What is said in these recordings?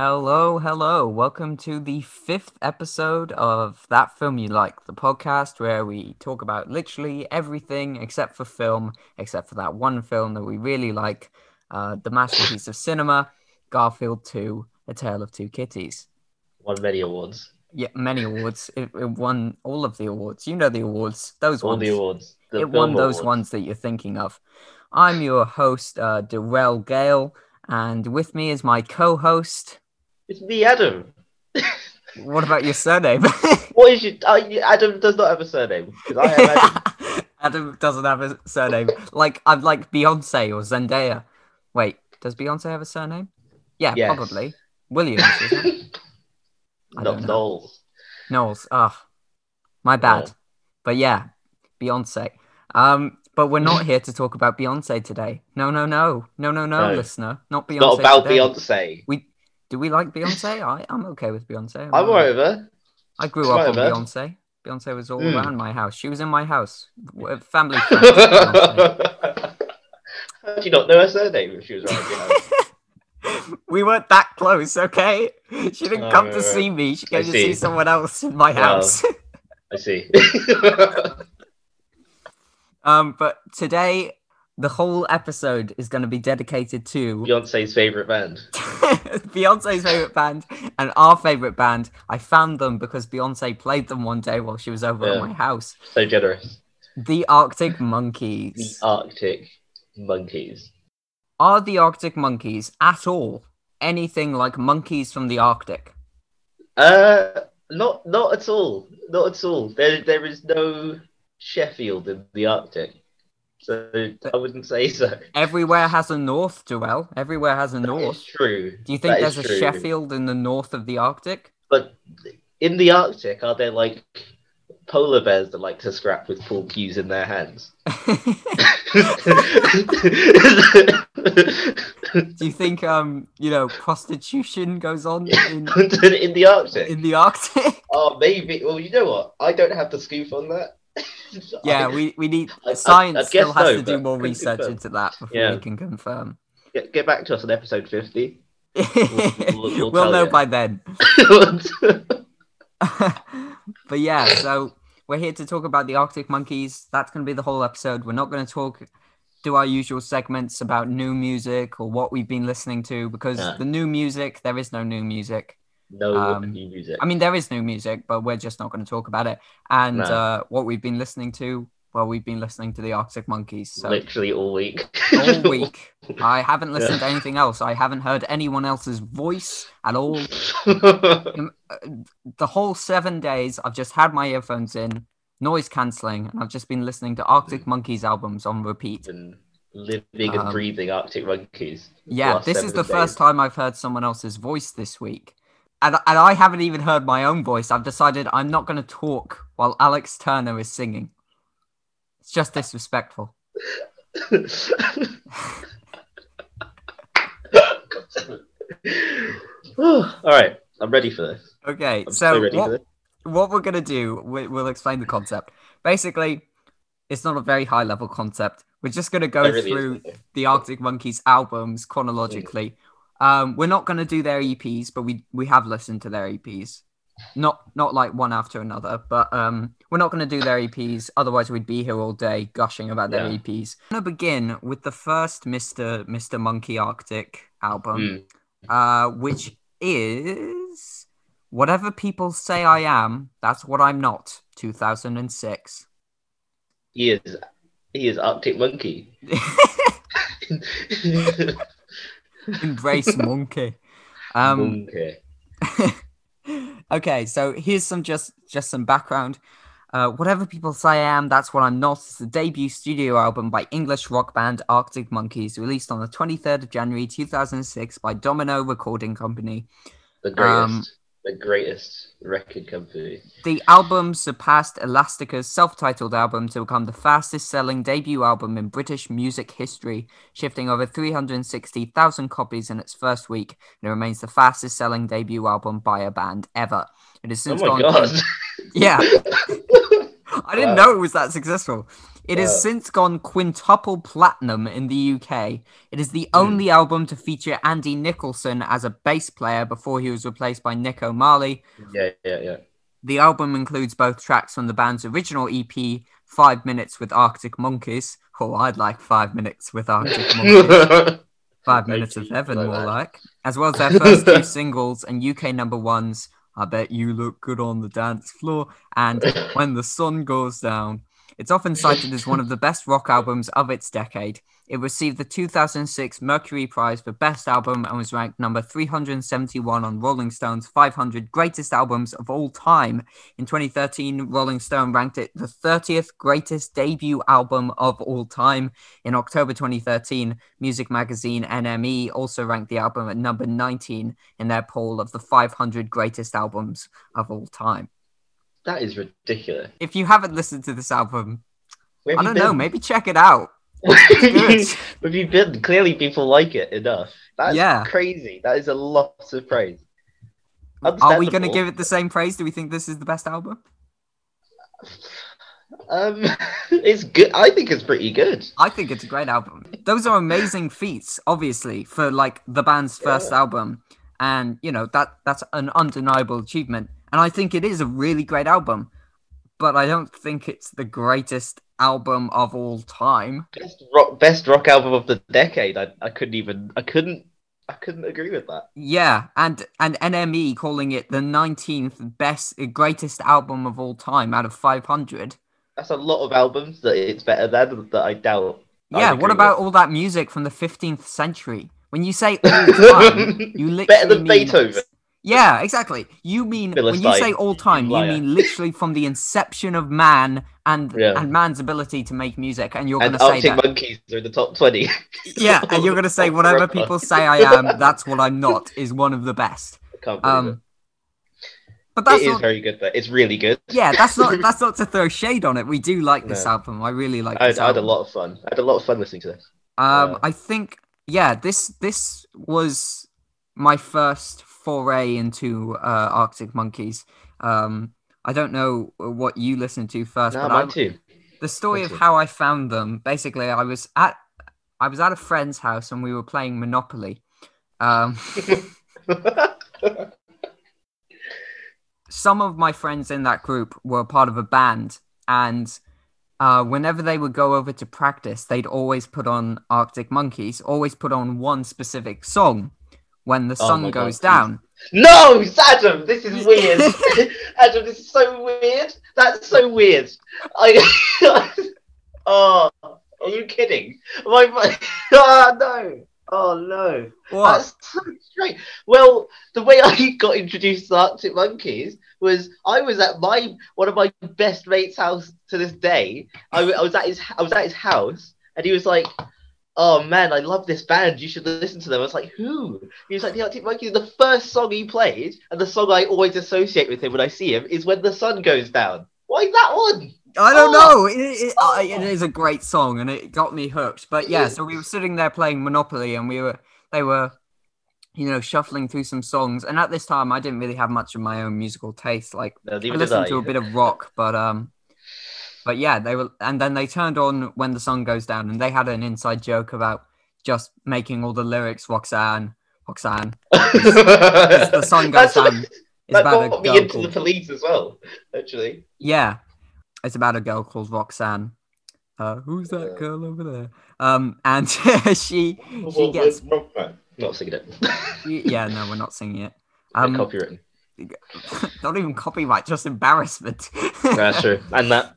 Hello, hello. Welcome to the fifth episode of That Film You Like, the podcast where we talk about literally everything except for film, except for that one film that we really like uh, the masterpiece of cinema, Garfield 2, A Tale of Two Kitties. Won many awards. Yeah, many awards. It, it won all of the awards. You know the awards, those All ones. the awards. The it won film those awards. ones that you're thinking of. I'm your host, uh, Darrell Gale, and with me is my co host. It's me, Adam. What about your surname? What is your uh, you- Adam does not have a surname because I am Adam. Adam doesn't have a surname. Like I'm like Beyonce or Zendaya. Wait, does Beyonce have a surname? Yeah, Yes. probably. Williams, isn't it? I not don't know. Knowles. Knowles. Ugh. My bad. But yeah, Beyonce. Um, but we're not here to talk about Beyonce today. No, no, no. No, no, no, No. listener. Not Beyonce. Not about today. Beyonce. We do we like Beyonce? I, I'm okay with Beyonce. I'm alright. over. I grew up on Whatever. Beyonce. Beyonce was all Mm. around my house. She was in my house. W- Family friends. with Beyonce. How do you not know her surname if she was around your house? we weren't that close, okay? She didn't Oh, come right, to right. see me. She came I to see. see someone else in my Wow. house. I see. um, but today, the whole episode is going to be dedicated to Beyonce's favorite band. Beyonce's favorite band and our favorite band. I found them because Beyonce played them one day while she was over at Yeah. my house. So generous. The Arctic The Monkeys. Arctic Monkeys. Are the Arctic Monkeys at all anything like monkeys from the Arctic? Uh, not not at all. Not at all. There there is no Sheffield in the Arctic, so I wouldn't say so. Everywhere has a north, Joel. Everywhere has a north. It's true. Do you think That is there's a true. Sheffield in the north of the Arctic? But in the Arctic, are there like polar bears that like to scrap with pool cues in their hands? Do you think um you know prostitution goes on in in the Arctic. in the Arctic? Oh, maybe. Well, you know what? I don't have the scoop on that. Yeah, we, we need I- I- science I still guess has so, to do but more couldn't research confirm. into that before Yeah. we can confirm. Get, get back to us on episode 50. we'll, we'll- we'll tell know ya. by then. but yeah, so we're here to talk about the Arctic monkeys. That's going to be the whole episode. We're not going to talk, do our usual segments about new music or what we've been listening to because Yeah. the new music, there is no new music. no Um, new music. I mean, there is new music, but we're just not going to talk about it. And No. uh, what we've been listening to, well, we've been listening to the Arctic monkeys. So Literally all week. all week, I haven't listened Yeah. to anything else. I haven't heard anyone else's voice at all. the whole seven days, I've just had my earphones in, noise cancelling, and I've just been listening to Arctic Mm. Monkeys albums on repeat. and living Um, and breathing Arctic monkeys. Yeah, Last this is seven the days. first time I've heard someone else's voice this week. And, and I haven't even heard my own voice. I've decided I'm not going to talk while Alex Turner is singing. It's just disrespectful. all right, I'm ready for this. Okay, I'm so, so ready what, for this. what we're going to do, we, we'll explain the concept. Basically, it's not a very high level concept. We're just going to go It really through is. the Arctic Monkeys albums chronologically. Um, we're not going to do their EPs, but we we have listened to their EPs. Not not like one after another, but um, we're not going to do their EPs. Otherwise, we'd be here all day gushing about their Yeah. EPs. I'm going to begin with the first Mister Mister Monkey Arctic Hmm. album, uh, which is whatever people say I am. That's what I'm not. Two thousand and six. He is he is Arctic monkey. Embrace monkey. Um, monkey. okay, so here's some just just some background. Uh, whatever people say I am, that's what I'm not. It's the debut studio album by English rock band Arctic Monkeys, released on the 23rd of January 2006 by Domino Recording Company. The greatest. um, the greatest record company. The album surpassed Elastica's self-titled album to become the fastest-selling debut album in British music history, shifting over 360,000 copies in its first week, and it remains the fastest-selling debut album by a band ever. It has Oh since my gone. god. Yeah. I didn't Wow. know it was that successful. It has Wow. since gone quintuple platinum in the UK. It is Hmm. the only album to feature Andy Nicholson as a bass player before he was replaced by Nick O'Malley. Yeah, yeah, yeah. The album includes both tracks from the band's original EP, Five Minutes with Arctic Monkeys. Oh, I'd like Five Minutes with Arctic Monkeys. Five Thank Minutes of you. Heaven, Like more that. like, as well as their first two singles and UK number ones, I Bet You Look Good on the Dance Floor, and When the Sun Goes Down. It's often cited as one of the best rock albums of its decade. It received the 2006 Mercury Prize for Best Album and was ranked number 371 on Rolling Stone's 500 Greatest Albums of All Time. In 2013, Rolling Stone ranked it the 30th greatest debut album of all time. In October 2013, music magazine NME also ranked the album at number 19 in their poll of the 500 greatest albums of all time. that is ridiculous. If you haven't listened to this album, Where I have don't you know, maybe check it out. Do been? it. Where have you been? Clearly, people like it enough. That's Yeah. crazy. That is a lot of praise. Are we going to Understandable. give it the same praise? Do we think this is the best album? Um, it's good. I think it's pretty good. I think it's a great album. Those are amazing feats, obviously, for like the band's first album, and you know that that's an undeniable achievement. And I think it is a really great album, but I don't think it's the greatest album of all time. Best rock, best rock album of the decade. I, I couldn't even. I couldn't. I couldn't agree with that. Yeah, and and NME calling it the nineteenth best, greatest album of all time out of five hundred. That's a lot of albums that it's better than that I doubt. I'd Yeah, agree what with. about all that music from the fifteenth century? When you say all time, you literally better than mean- Beethoven. Yeah, exactly. You mean when you Philistine, say all time, you liar. mean literally from the inception of man and Yeah. and man's ability to make music, and you're going And to say Arctic that. Monkeys are in the top twenty. yeah, and you're going to say whatever people say I am, that's what I'm not is one of the best. I can't believe Um, but it. It that's is not. very good. though. It's really good. Yeah, that's not that's not to throw shade on it. We do like this No. album. I really like I this had, I had a album. lot of fun. I had a lot of fun listening to this. Um, Yeah. I think yeah, this this was my first foray into uh, Arctic Monkeys. Um, I don't know what you listened to first, No, but I, mine too. the story of Thank you. how I found them. Basically, I was at I was at a friend's house and we were playing Monopoly. Um, some of my friends in that group were part of a band, and uh, whenever they would go over to practice, they'd always put on Arctic Monkeys, always put on one specific song. When the Oh sun my God, goes please. down, no, Adam, this is weird. Adam, this is so weird. That's so weird. I. oh, are you kidding? My, my... Oh no. Oh no. what? That's so strange. Well, the way I got introduced to the Arctic Monkeys was I was at my one of my best mates' house to this day. I, w- I was at his I was at his house, and he was like, "Oh man, I love this band. You should listen to them." I was like, "Who?" He was like, "The Arctic Monkeys." The first song he played, and the song I always associate with him when I see him, is "When the Sun Goes Down." Why that one? I don't know. Oh. It, it, Oh. I- it is a great song, and it got me hooked. But It yeah, is. so we were sitting there playing Monopoly, and we were they were, you know, shuffling through some songs. And at this time, I didn't really have much of my own musical taste. Like No, I neither did listened I. to a bit of rock, but um, but yeah, they were, and then they turned on when the sun goes down, and they had an inside joke about just making all the lyrics Roxanne, Roxanne, as the sun goes That's- down. It's That about a got me girl into the called, police as well, actually. yeah, it's about a girl called Roxanne. Uh, who's that Yeah. girl over there? Um, and she she Well, gets we're- we're- Not singing it. yeah, no, we're not singing it. Um, Um, copywritten. not even copyright, just embarrassment. That's true. And that.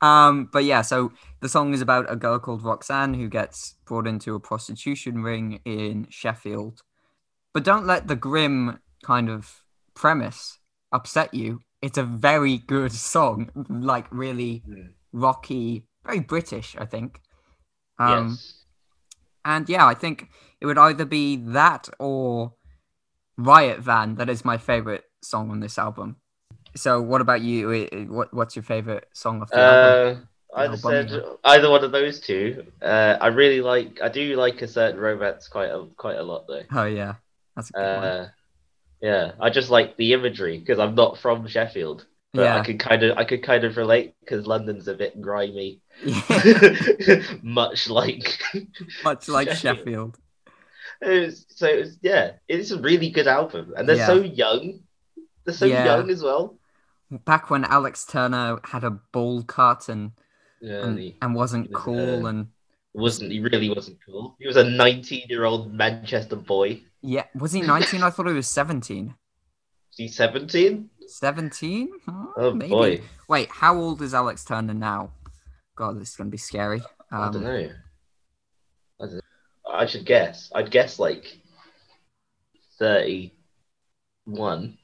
Um, but yeah, so the song is about a girl called Roxanne who gets brought into a prostitution ring in Sheffield. But don't let the grim kind of premise upset you. It's a very good song, like really Mm. rocky, very British, I think. Um, yes. and yeah, I think it would either be that or Riot Van that is my favorite song on this album. So, what about you? I- I- What What's your favorite song off the album? Uh, No, either said Birmingham. either one of those two. Uh, I really like. I do like a certain romance quite a, quite a lot though. Oh yeah, that's a good one. Uh, yeah, I just like the imagery because I'm not from Sheffield. But yeah. I could kind of I could kind of relate because London's a bit grimy, Yeah, much like much like Sheffield. Sheffield. it was, so. It was, yeah, it's a really good album, and they're Yeah. so young. They're so Yeah. young as well. Back when Alex Turner had a ball cut and Yeah, and and, he and wasn't Yeah. cool and wasn't he really wasn't cool. He was a 19 year old Manchester boy. yeah, was he 19? I thought he was 17. Is he 17? 17? Oh boy, Hmm, Wait, how old is Alex Turner now? God, this is gonna be scary. I don't Um, know. I, don't know. I should guess. I'd guess like 31.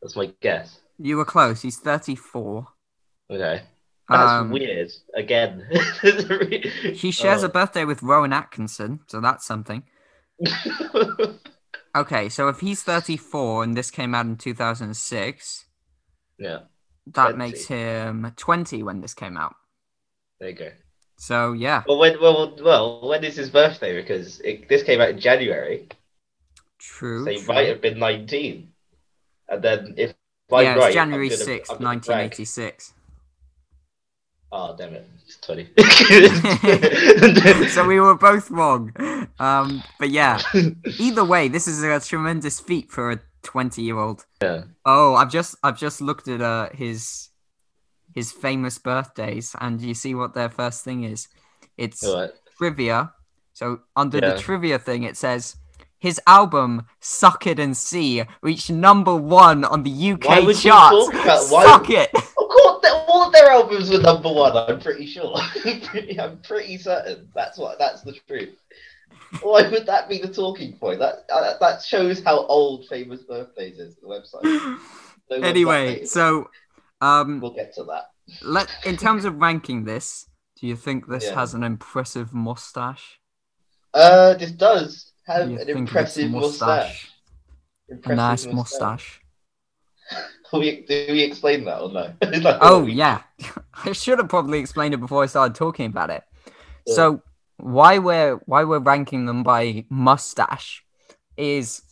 That's my guess. you were close. He's 34. Okay. That's Um, weird. Oh. Again, He shares a birthday with Rowan Atkinson, so that's something. a. Okay, so if he's 34 and this came out in 2006, yeah, that 20. makes him 20 when this came out. there you go. So yeah, Well, when well well when is his birthday? Because it, this came out in January, true. so he true. might have been 19. And then if I'm yeah, it's right, I'm January gonna- 6th, I'm gonna brag. 1986. Oh damn it, it's 20. so we were both wrong. Um, but yeah, either way, this is a tremendous feat for a 20 year old. Yeah. Oh, I've just I've just looked at uh, his his famous birthdays, and you see what their first thing is. It's Alright. trivia. So under Yeah. the trivia thing, it says his album "Suck It and See" reached number one on the UK Why would you charts. talk about- why- Suck it. Of course, they- all of their albums were number one. I'm pretty sure. I'm pretty- I'm pretty certain that's what that's the truth. Why would that be the talking point? That uh, that shows how old Famous Birthdays is. The website. No website anyway, is. so um, we'll get to that. let in terms of ranking this, do you think this Yeah. has an impressive mustache? Uh, this does Do have you an think it's impressive mustache. A Impressive nice mustache. Can we, do we explain that or no? Is that what Oh we- yeah, I should have probably explained it before I started talking about it. Yeah. So why we're why we're ranking them by mustache is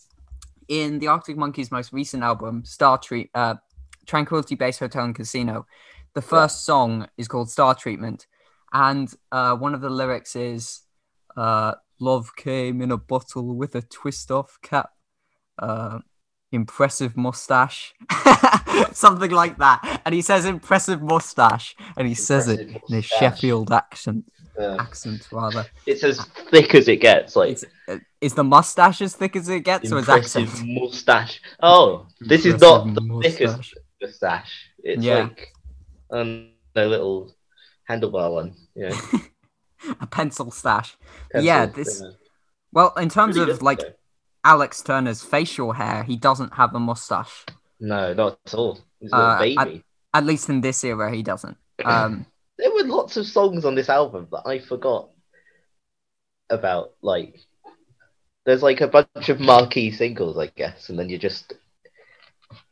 in the Arctic Monkeys' most recent album, Star Treat, uh, Tranquility Base Hotel and Casino. The first song is called Star Treatment, and uh, one of the lyrics is, uh, "Love came in a bottle with a twist-off cap." Uh, impressive mustache, something like that. And he says impressive mustache, and he says it Impressive in a mustache. Sheffield accent, Yeah. accent rather. It's as thick as it gets. Like It's, uh, is the mustache as thick as it gets, or his impressive accent? mustache. Oh, this is Impressive not the thickest mustache. mustache. It's Yeah. like um, the little handlebar one. Yeah. A pencil stash. Yeah, pencil, this- yeah. Well, in terms Really of good, like though. Alex Turner's facial hair, he doesn't have a mustache. No, not at all. He's a little Uh, I- baby. At least in this era, he doesn't. Um, there were lots of songs on this album that I forgot about. Like, there's like a bunch of marquee singles, I guess, and then you just.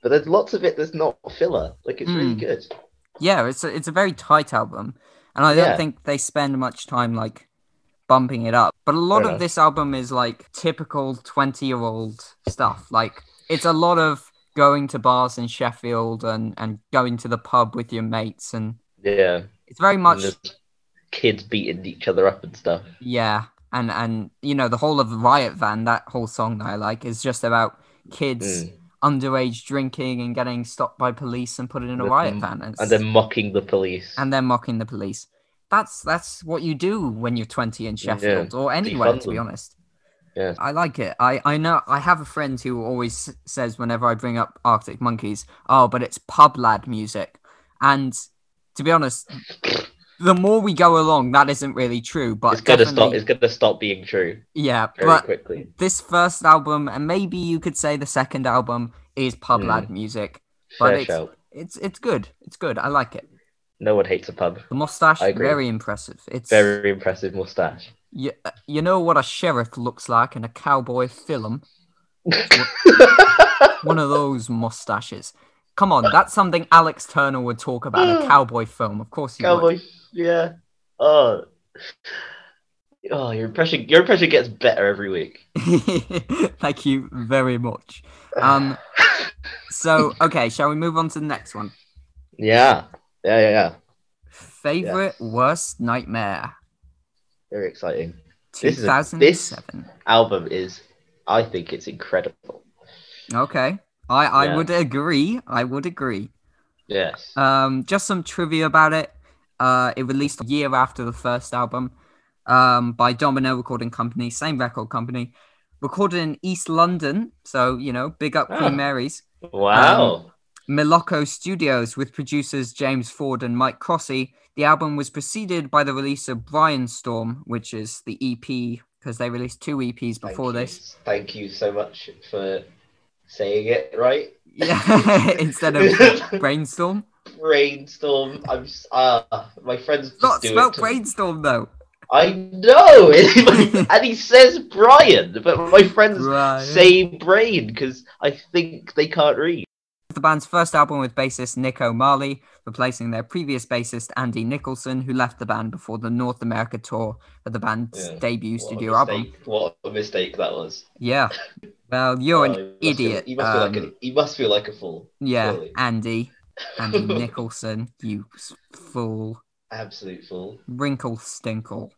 But there's lots of it that's not filler. Like, it's really Mm. good. yeah, it's a, it's a very tight album, and I don't Yeah. think they spend much time like bumping it up. But a lot Fair of enough. this album is like typical twenty-year-old stuff. Like it's a lot of going to bars in Sheffield and and going to the pub with your mates, and Yeah. it's very much And there's kids beating each other up and stuff. Yeah, and and you know the whole of Riot Van, that whole song that I like is just about kids Mm. underage drinking and getting stopped by police and put in a With riot m- van, and, And then mocking the police. then mocking the police. That's that's what you do when you're 20 in Yeah. Sheffield or anywhere, Defund to be them. honest. Yeah. I like it. I I know I have a friend who always s- says whenever I bring up Arctic Monkeys, oh, but it's pub lad music, and to be honest. The more we go along, that isn't really true, but it's gonna stop. definitely- It's gonna stop being true yeah, very but quickly. this first album and maybe you could say the second album is pub Mm. lad music but Fair it's- shout. it's it's good it's good i like it No one hates a pub. the mustache I agree. very impressive it's Very impressive mustache. you, you know what a sheriff looks like in a cowboy film one of those mustaches come on that's something alex turner would talk about in a cowboy film of course he would Hmm. Cowboy. Yeah. Oh. Oh, your impression. Your impression gets better every week. thank you very much um so okay shall we move on to the next one Yeah. Yeah, yeah, yeah. Favorite worst nightmare. Very exciting. This is a- 2007. this- Album is, I think it's incredible. Okay. I, I Yeah. would agree. I would agree. Yes. Um, just some trivia about it. Uh, it released a year after the first album um, by Domino Recording Company, same record company, recorded in East London. So, you know, big up Queen Ah. Mary's. wow. Milocco Studios with producers James Ford and Mike Crossy. The album was preceded by the release of Brian Storm, which is the EP, because they released two EPs Thank before you. this. Thank you so much for saying it right. Yeah, instead of Brainstorm. Brainstorm. I'm s- uh, my friends just Not do it spelled to- Brainstorm, though. I know, and he says Brian, but my friends Right. say brain because I think they can't read. the band's first album with bassist Nick O'Malley, replacing their previous bassist Andy Nicholson, who left the band before the North America tour for the band's Yeah, debut What a studio album. mistake- What a mistake that was. Yeah. Well, you're Oh, an you must feel- idiot. you must feel like um, an, you must feel like a fool. yeah, surely. Andy. Andy Nicholson, you s- fool. Absolute fool. Wrinkle stinkle.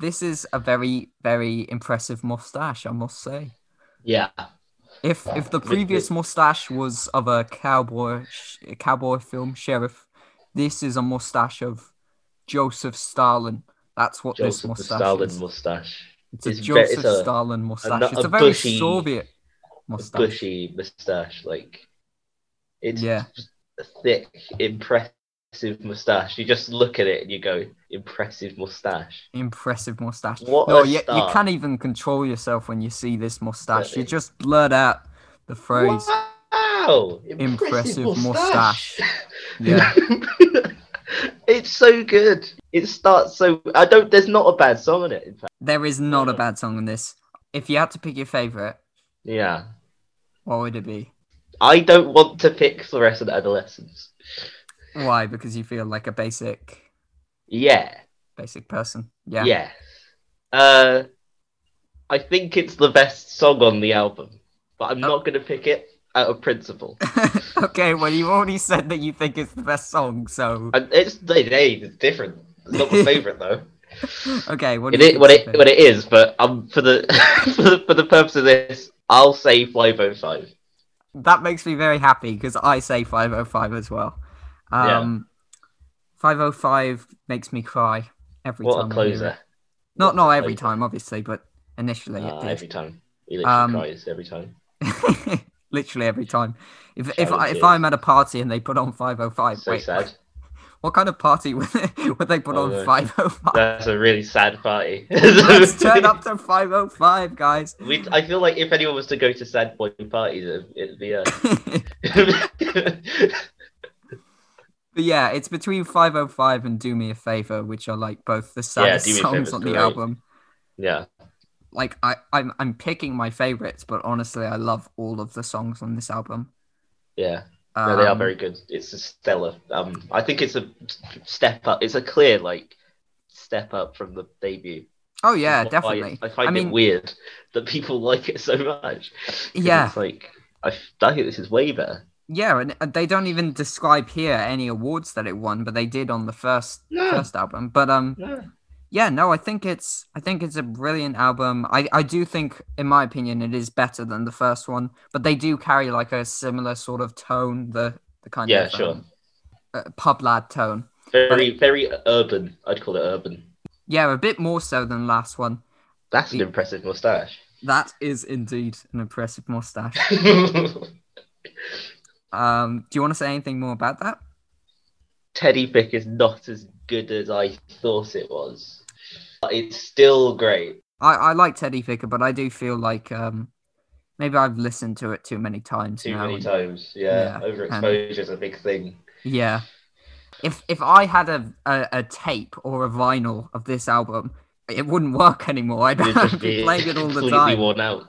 This is a very, very impressive mustache, I must say. Yeah. If if the With- previous mustache was of a cowboy sh- a cowboy film sheriff, this is a mustache of Joseph Stalin. That's what this Joseph the mustache Stalin is. mustache. It's a is ve- Joseph it's a- Stalin mustache. not it's a a very bushy- Soviet A mustache. bushy mustache, like it's Yeah. just a thick, impressive mustache. You just look at it and you go, impressive mustache. Impressive mustache. What no, a you, you start. can't even control yourself when you see this mustache. You Really? just blurt out the phrase. Wow! Impressive Impressive, mustache. mustache. Yeah. it's so good. It starts so. I don't. There's not a bad song in it. In fact, There is not a Yeah. bad song in this. If you had to pick your favorite, yeah. what would it be? I don't want to pick fluorescent adolescence. Why? Because you feel like a basic Yeah. basic person. Yeah. Yeah. Uh, I think it's the best song on the album, but I'm Oh. not going to pick it out of principle. okay, well you already said that you think it's the best song, so And it's they, they, it's different. It's not my favorite though. okay, what do It you is think what is it what it is, but um for the for the, for the purpose of this, I'll say 505. favorite? That makes me very happy because I say 505 as well. Yeah. Um 505 makes me cry every time. What a I hear closer! it. Not What not a every closer. time obviously, but initially Ah, it every time he literally Um, cries every time. did. Literally every time. If if Shadow I, if tears. I'm at a party and they put on 505, So wait. sad. What kind of party would they, would they put Oh, on no. 505? That's a really sad party. Let's turn up to 505, guys. We, I feel like if anyone was to go to sad boy parties, it'd, it'd be uh, us. but yeah, it's between 505 and Do Me a Favor, which are like both the saddest Do Me a songs Favour's on the great. album. yeah, Like I, I'm I'm picking my favorites, but honestly, I love all of the songs on this album. yeah. No, they are Um, very good. It's a stellar. Um, I think it's a step up. It's a clear like step up from the debut. Oh yeah, Which is why definitely. I find I mean- it weird that people like it so much. 'Cause Yeah. it's like I, f- I think this is way better. Yeah, and uh, they don't even describe here any awards that it won, but they did on the first No. first album. But um, Yeah. yeah no i think it's i think it's a brilliant album i i do think in my opinion it is better than the first one but they do carry like a similar sort of tone the the kind Yeah, of sure. um, uh, pub lad tone Very very urban. I'd call it urban. yeah a bit more so than last one That's an The- impressive mustache. that is indeed an impressive mustache um do you want to say anything more about that Teddy Pick is not as good as I thought it was. But it's still great. i i like teddy picker but i do feel like um maybe i've listened to it too many times Too now many and- times. Yeah. Yeah, Overexposure is a big thing. Yeah. If if I had a, a, a tape or a vinyl of this album, it wouldn't work anymore. I'd You'd have just to be be playing it all the completely time. worn out.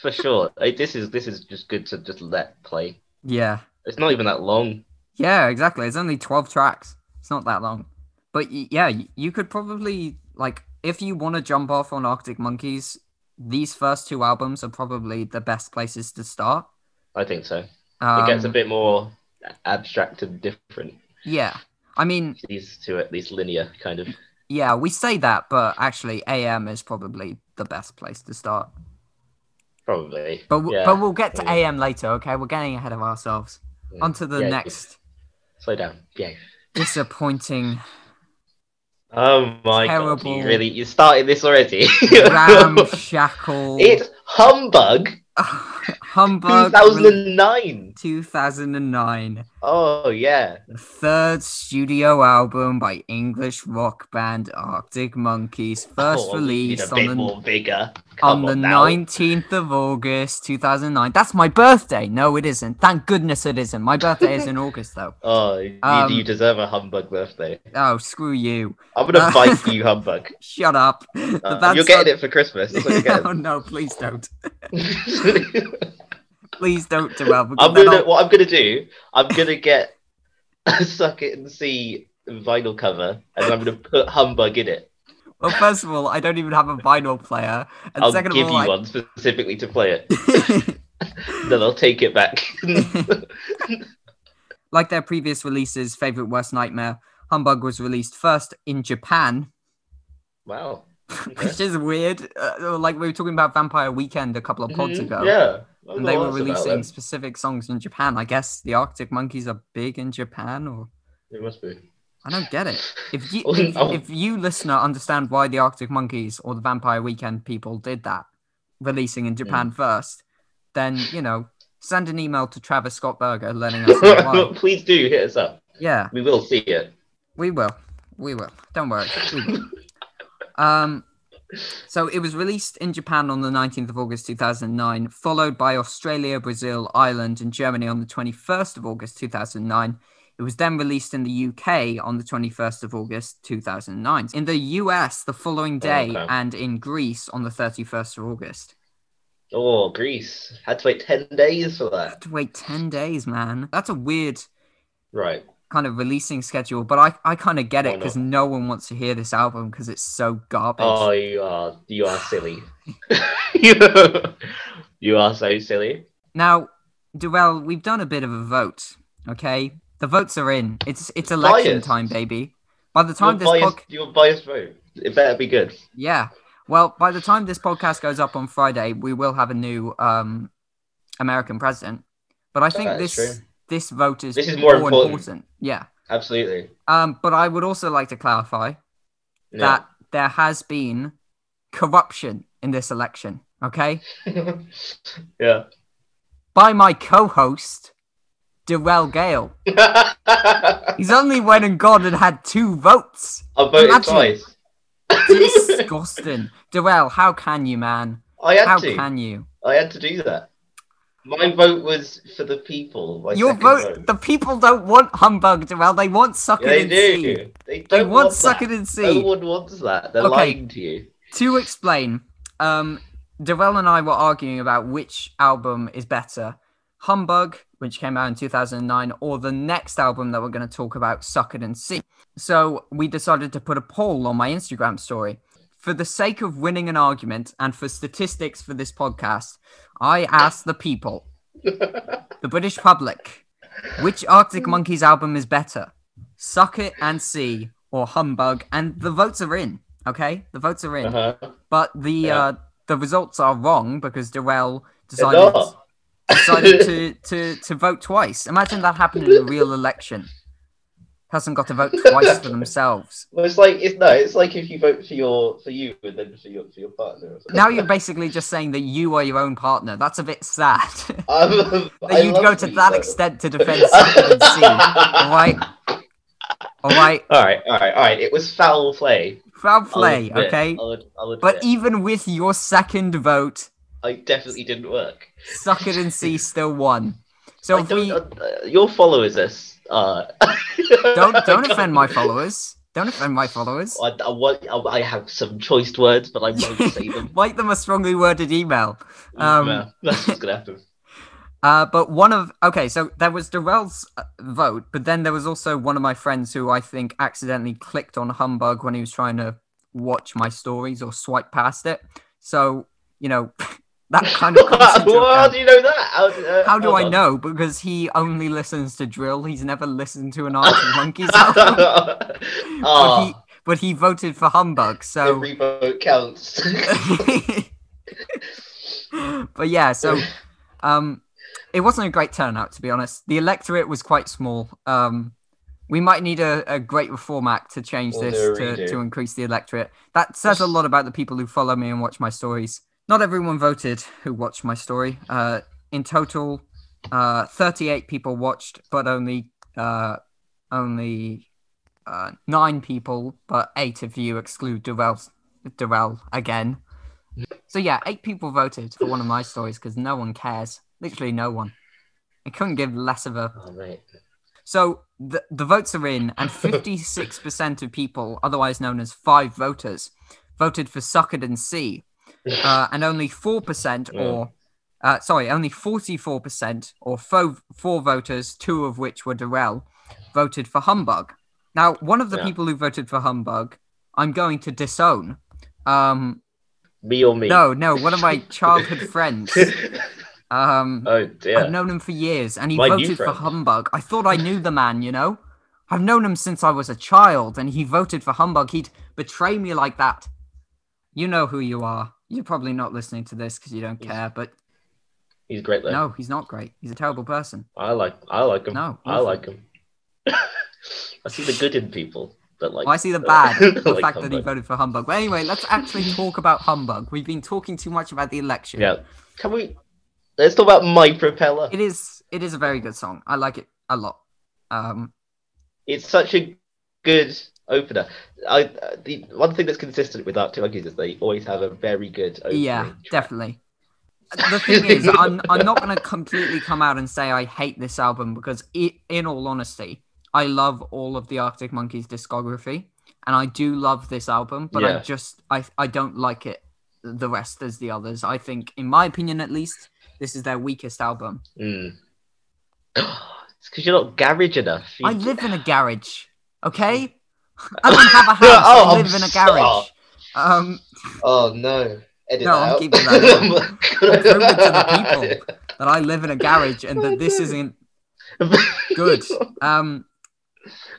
For sure. Like, this is this is just good to just let play. Yeah. It's not even that long. Yeah, exactly. It's only 12 tracks. It's not that long. But y- yeah, y- you could probably like if you want to jump off on Arctic Monkeys, these first two albums are probably the best places to start. I think so. Um, it gets a bit more abstract and different. Yeah. I mean, These two at least linear kind of. yeah, we say that, but actually, AM is probably the best place to start. Probably. But w- yeah. but we'll get to yeah. AM later. Okay, we're getting ahead of ourselves. Yeah. On to the Yeah, yeah. next Slow down. Yeah. disappointing Oh my god. Terrible. You really you started this already. ramshackle it's humbug humbug. 2009. 2009, Oh yeah. the third studio album by English rock band Arctic Monkeys, first oh, we need released a on bit the, more bigger. on Come the on now. 19th of August 2009. That's my birthday. No, it isn't. Thank goodness it isn't. My birthday is in August, though. Oh, you, Um, you deserve a humbug birthday. Oh, screw you. I'm gonna uh, fight you, humbug. Shut up. The Uh, band's you're getting it for Christmas. That's what you're oh, getting. no, please don't. Please don't dwell. because I'm then gonna. I'll- What I'm gonna do? I'm gonna get a suck it and see vinyl cover, and I'm gonna put humbug in it. Well, first of all, I don't even have a vinyl player. And I'll second give of you all, one specifically to play it. I... Then I'll take it back. like their previous releases, Favorite Worst Nightmare, Humbug was released first in Japan, wow. Okay. which is weird. Uh, like we were talking about Vampire Weekend a couple of pods Mhm, ago. Yeah. I don't And know they were what that's about releasing then. specific songs in Japan. I guess the Arctic Monkeys are big in Japan, or It must be. I don't get it. If you Oh, if, no. if you listener understand why the Arctic Monkeys or the Vampire Weekend people did that, releasing in Japan first, then you know send an email to Travis Scott Berger letting us know why. Please do hit us up. Yeah. We will see it. We will. We will. Don't worry. We will. um, so it was released in Japan on the 19th of August 2009, followed by Australia, Brazil, Ireland, and Germany on the 21st of August 2009. It was then released in the UK on the 21st of August 2009. In the US the following day, okay. and in Greece on the 31st of August. Oh, Greece. Had to wait 10 days for I that. had to wait 10 days, man. That's a weird Right. kind of releasing schedule, but I, I kind of get Why it not? because no one wants to hear this album because it's so garbage. Oh, you are you are silly. you are so silly. Now, Durrell, we've done a bit of a vote, okay? The votes are in. It's it's election biased. time, baby. By the time Your this biased, pod- your biased vote. It better be good. yeah, well, by the time this podcast goes up on Friday, we will have a new um, American president. But I think That is this true. this vote is This is more important. Yeah. Absolutely. Um, but I would also like to clarify No. that there has been corruption in this election. Okay, yeah. by my co-host, Durrell Gale. I He's only went and gone and had two votes. voted Imagine. twice. Disgusting. Darrell, how can you, man? I had How to. can you? I had to do that. My vote was for the people. My Your second vote, the people don't want humbug, Darrell. They want Yeah, sucking they and do. see. They, They don't want, want sucking that. and No see. one wants that. They're Okay. lying to you. To explain, um, Darrell and I were arguing about which album is better Humbug, which came out in 2009, or the next album that we're going to talk about, Suck It and See. So we decided to put a poll on my Instagram story. For the sake of winning an argument and for statistics for this podcast, I asked the people, the British public, which Arctic Monkeys album is better, Suck It and See or Humbug? And the votes are in, okay? The votes are in Uh-huh. but the Yeah. uh, the results are wrong because Durrell decided not. decided to, to to vote twice. Imagine that happened in a real election. Person got to vote twice for themselves. Well, it's like it's no, it's like if you vote for your for you and then for your for your partner. Or something. Now you're basically just saying that you are your own partner. That's a bit sad. Um, I that you'd love go to you, that though. extent to defend C. All right. All right. All right, all right, all right. It was foul play. Foul I'll play, admit, okay? I'll, ad- I'll admit. But e- even with your second vote, I definitely didn't work. Suck It and See still won. So I if don't, we uh, your followers are. s- Uh, don't don't offend my followers. Don't offend my followers. I, I, want, I, I have some choice words, but I won't say them. Write them a strongly worded email. Um, Well, that's what's gonna happen. Uh, but one of okay, so there was Darrell's uh, vote, but then there was also one of my friends who I think accidentally clicked on humbug when he was trying to watch my stories or swipe past it. So you know, That kind of comes into How account. do you know that? How, do- uh, How do hold I on. know? Because he only listens to drill. He's never listened to an Arctic Monkeys album. But, he, Ah, but he voted for Humbug, so. every vote counts. but yeah, so um, it wasn't a great turnout, to be honest. The electorate was quite small. Um, we might need a, a great reform act to change We'll this do a to, redo. to increase the electorate. That says a lot about the people who follow me and watch my stories. Not everyone voted who watched my story. Uh, in total, uh, 38 people watched, but only uh, only uh, nine people, but eight of you exclude Durrell, Durrell again. So yeah, eight people voted for one of my stories because no one cares. Literally no one. I couldn't give less of a. oh, mate. So the the votes are in, and fifty six percent of people, otherwise known as five voters, voted for Suckerden C, uh, and only four percent, Yeah. or uh, sorry, only forty four percent, or four, four voters, two of which were Durrell, voted for Humbug. Now, one of the Yeah. people who voted for Humbug, I'm going to disown. Um, Me or me? no, no, one of my childhood friends. Um, oh I've dear. known him for years, and he My new voted for friend. Humbug. I thought I knew the man, you know. I've known him since I was a child, and he voted for Humbug. He'd betray me like that. You know who you are. You're probably not listening to this because you don't He's- care, but He's great though. no, he's not great. He's a terrible person. I like I like him. No, I awful. like him. I see the good in people that like Well, I see the bad, the like fact that he Humbug. voted for Humbug. But anyway, let's actually talk about Humbug. We've been talking too much about the election. Yeah. Can we let's talk about my propeller. It is it is a very good song. I like it a lot. Um, it's such a good opener. I uh, the one thing that's consistent with Arctic Monkeys is they always have a very good opening. Yeah, track. definitely. The thing is, I'm I'm not going to completely come out and say I hate this album because, i in all honesty, I love all of the Arctic Monkeys discography, and I do love this album. But I Yeah. just I I don't like it the rest as the others. I think, in my opinion, at least, this is their weakest album. Mm. it's because you're not garage enough. You- I live in a garage. Okay, I don't have a house. Oh, I I'm live in a so- garage. Um, Oh no. Edit No, that I'm out. keeping that I'm prove it to the people that I live in a garage and that this isn't good. Um.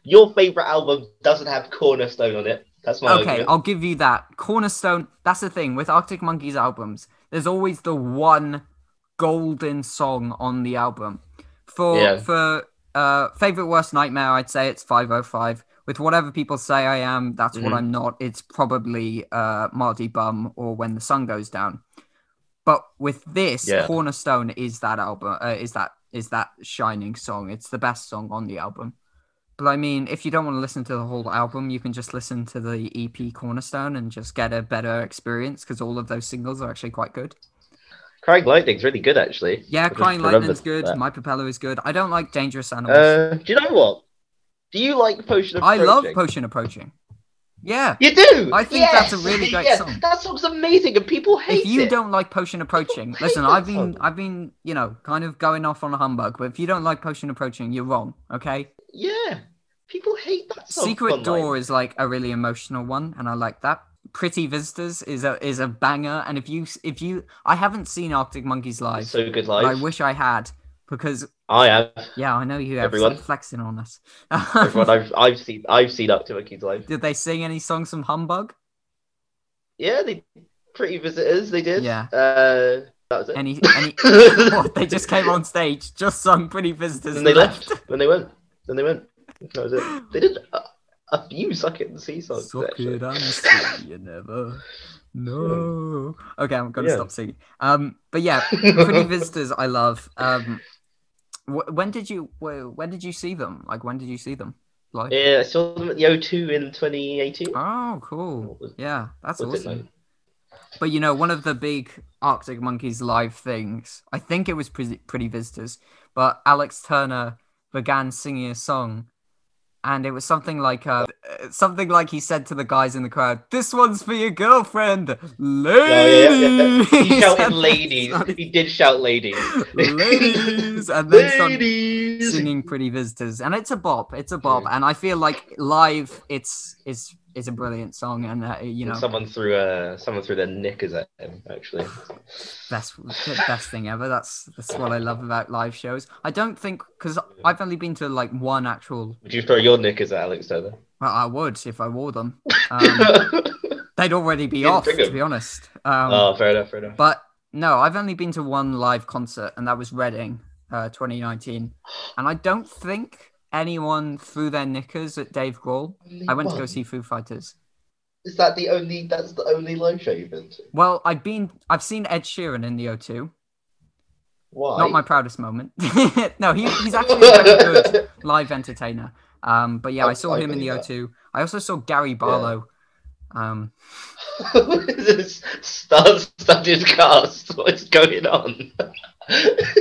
Your favorite album doesn't have Cornerstone on it. That's my okay, argument. I'll give you that. Cornerstone, that's the thing with Arctic Monkeys albums, there's always the one golden song on the album. For Yeah. for uh favorite worst nightmare, I'd say it's 505. With whatever people say I am, that's what Mhm. I'm not. It's probably uh Mardy Bum or When the Sun Goes Down. But with this, Yeah. Cornerstone is that album uh, is that is that shining song. It's the best song on the album. But I mean, if you don't want to listen to the whole album, you can just listen to the EP Cornerstone and just get a better experience because all of those singles are actually quite good. Crying Lightning's really good, actually. Yeah, I just Crying remembered Lightning's good. that. My Propeller is good. I don't like Dangerous Animals. Uh, do you know what? Do you like Potion of I love Project? Potion Approaching. Yeah. You do. I think Yes! that's a really great song. That song's amazing, and people hate If you it. don't like Potion Approaching, hate listen, that I've been song. I've been, you know, kind of going off on a humbug, but if you don't like Potion Approaching, you're wrong, okay? Yeah, people hate that song. Secret online. Door is like a really emotional one, and I like that. Pretty Visitors is a is a banger, and if you if you I haven't seen Arctic Monkeys live, It's so good but live. I wish I had because I have yeah, I know you have Everyone? some flexing on us. everyone. I've I've seen I've seen up to Monkey's live. Did they sing any songs from Humbug? Yeah, they pretty visitors. They did. Yeah. Uh, that was it. Any any? what, they just came on stage, just sung Pretty Visitors, Then they left. Then they went. Then they went. That was it. They did a, a few suck it and see songs. Suck actually. it and see you never. No. Okay, I'm gonna Yeah. stop singing. Um, but yeah, Pretty Visitors, I love. Um, wh- when did you wh- when did you see them? Like when did you see them? Like yeah, I saw them at the O2 in 2018. oh, cool. What was- Yeah, that's What's it awesome. like? But you know, one of the big Arctic Monkeys live things, I think it was Pretty, Pretty Visitors, but Alex Turner began singing a song, and it was something like, uh, uh, something like he said to the guys in the crowd, "This one's for your girlfriend, Yeah, Oh, yeah, ladies." yeah. He shouted And- ladies. He did shout ladies. ladies, and then started ladies. singing "Pretty Visitors," and it's a bop. It's a bop, and I feel like live, it's it's it's a brilliant song, and uh, you know, Someone threw uh someone threw their knickers at him. Actually, best best thing ever. That's that's what I love about live shows. I don't think because I've only been to like one actual. would you throw your knickers at Alex Turner? Well, I would if I wore them. Um, they'd already be You didn't off, bring to them. be honest. Um, oh, fair enough, fair enough. But no, I've only been to one live concert, and that was Reading, uh, 2019. And I don't think anyone threw their knickers at Dave Grohl. I went to go One. see Foo Fighters. Is that the only? That's the only live show you've been to. Well, I've been, I've seen Ed Sheeran in the O2. Why? Not my proudest moment. no, he, he's actually a very good live entertainer. Um, but yeah, I- I saw I him in the believe that. O2. I also saw Gary Barlow. Um, this star studded cast. What's going on? so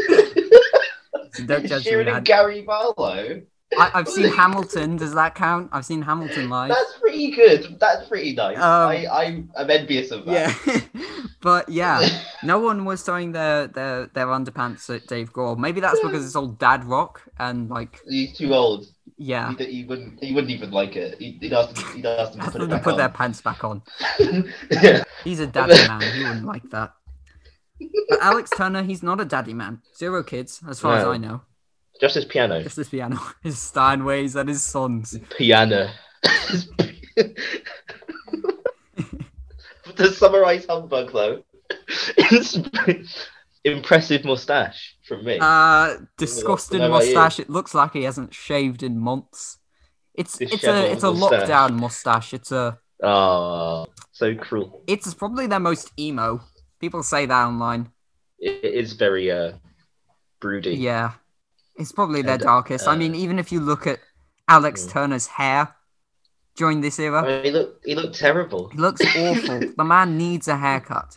don't judge me. Sheeran and lad. Gary Barlow. I, I've seen Hamilton. Does that count? I've seen Hamilton live. That's pretty good. That's pretty nice. Um, I, I'm, I'm envious of that. Yeah, but yeah, no one was throwing their their their underpants at Dave Grohl. Maybe that's because it's all dad rock and like He's too old. yeah, He, he wouldn't. He wouldn't even like it. He, he'd ask them. He'd ask them to ask put it them to back put their on. pants back on. yeah. He's a daddy man. He wouldn't like that. But Alex Turner, he's not a daddy man. Zero kids, as far as No. I know. Just his piano. Just his piano, his Steinways, and his sons. Piano. to summarize humbug though, it's impressive mustache from me. Uh, disgusting What about you? mustache. It looks like he hasn't shaved in months. It's it's a Disheveled it's a mustache. lockdown mustache. It's a oh, so cruel. it's probably their most emo. People say that online. It, it is very uh, broody. Yeah. It's probably their And, darkest. I uh, mean, even if you look at Alex Hmm. Turner's hair during this I era, mean, he looked he looked terrible. it looks awful. the man needs a haircut.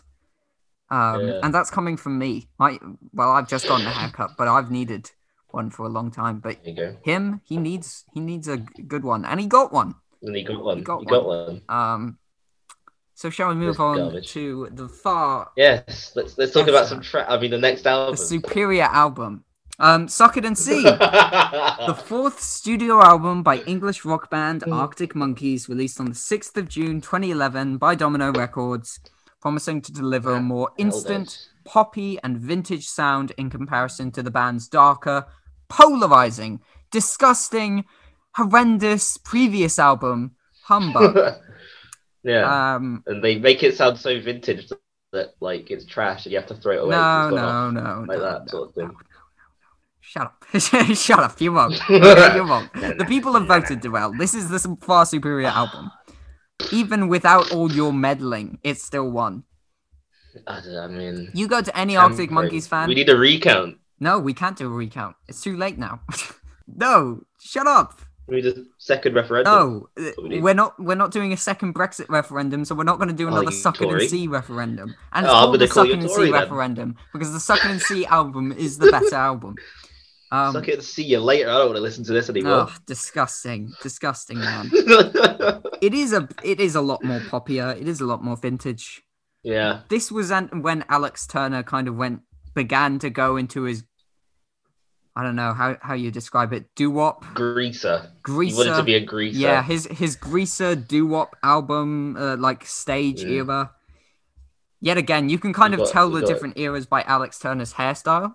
Um, Yeah. And that's coming from me. I, well, I've just gotten a haircut, but I've needed one for a long time. But There you go. him, he needs he needs a g- good one, and he got one. And he got one. He He got got, one. Um, so shall we move That's on garbage. to the far Yes. Let's let's talk Yes, about sir. some track. I mean, the next album. the superior album, um, Suck It and See. The fourth studio album by English rock band Mm. Arctic Monkeys, released on the 6th of June 2011 by Domino Records, promising to deliver a more instant, poppy, and vintage sound in comparison to the band's darker, polarizing, disgusting, horrendous previous album, Humbug. yeah. um, and they make it sound so vintage that like it's trash and you have to throw it away. no, 'cause it's gone no, no, off, like no, that no. sort of thing. Shut up. Shut up. You won't. Okay, you won't. The people have voted to well. This is the far superior album. Even without all your meddling, it's still one. I, don't- I mean, You go to any I'm Arctic very- Monkeys fan. We need a recount. no, we can't do a recount. It's too late now. no, shut up. We need a second referendum. No, uh, we need- we're not. We're not doing a second Brexit referendum, so we're not going to do Oh, another you Suck It and Tory. See referendum. And it's Oh, I'm called gonna the call Suck you It and Tory See then. referendum because the Suck It and See album is the better album. Um, Suck it. See you later. I don't want to listen to this anymore. ugh, disgusting, disgusting man. it is a it is a lot more poppier. It is a lot more vintage. yeah. This was an, when Alex Turner kind of went began to go into his I don't know how how you describe it doo wop Greaser. You wanted greaser. to be a greaser. yeah, his his greaser doo wop album uh, like stage Mm. era. Yet again, you can kind You of got- tell you the got it. different eras by Alex Turner's hairstyle.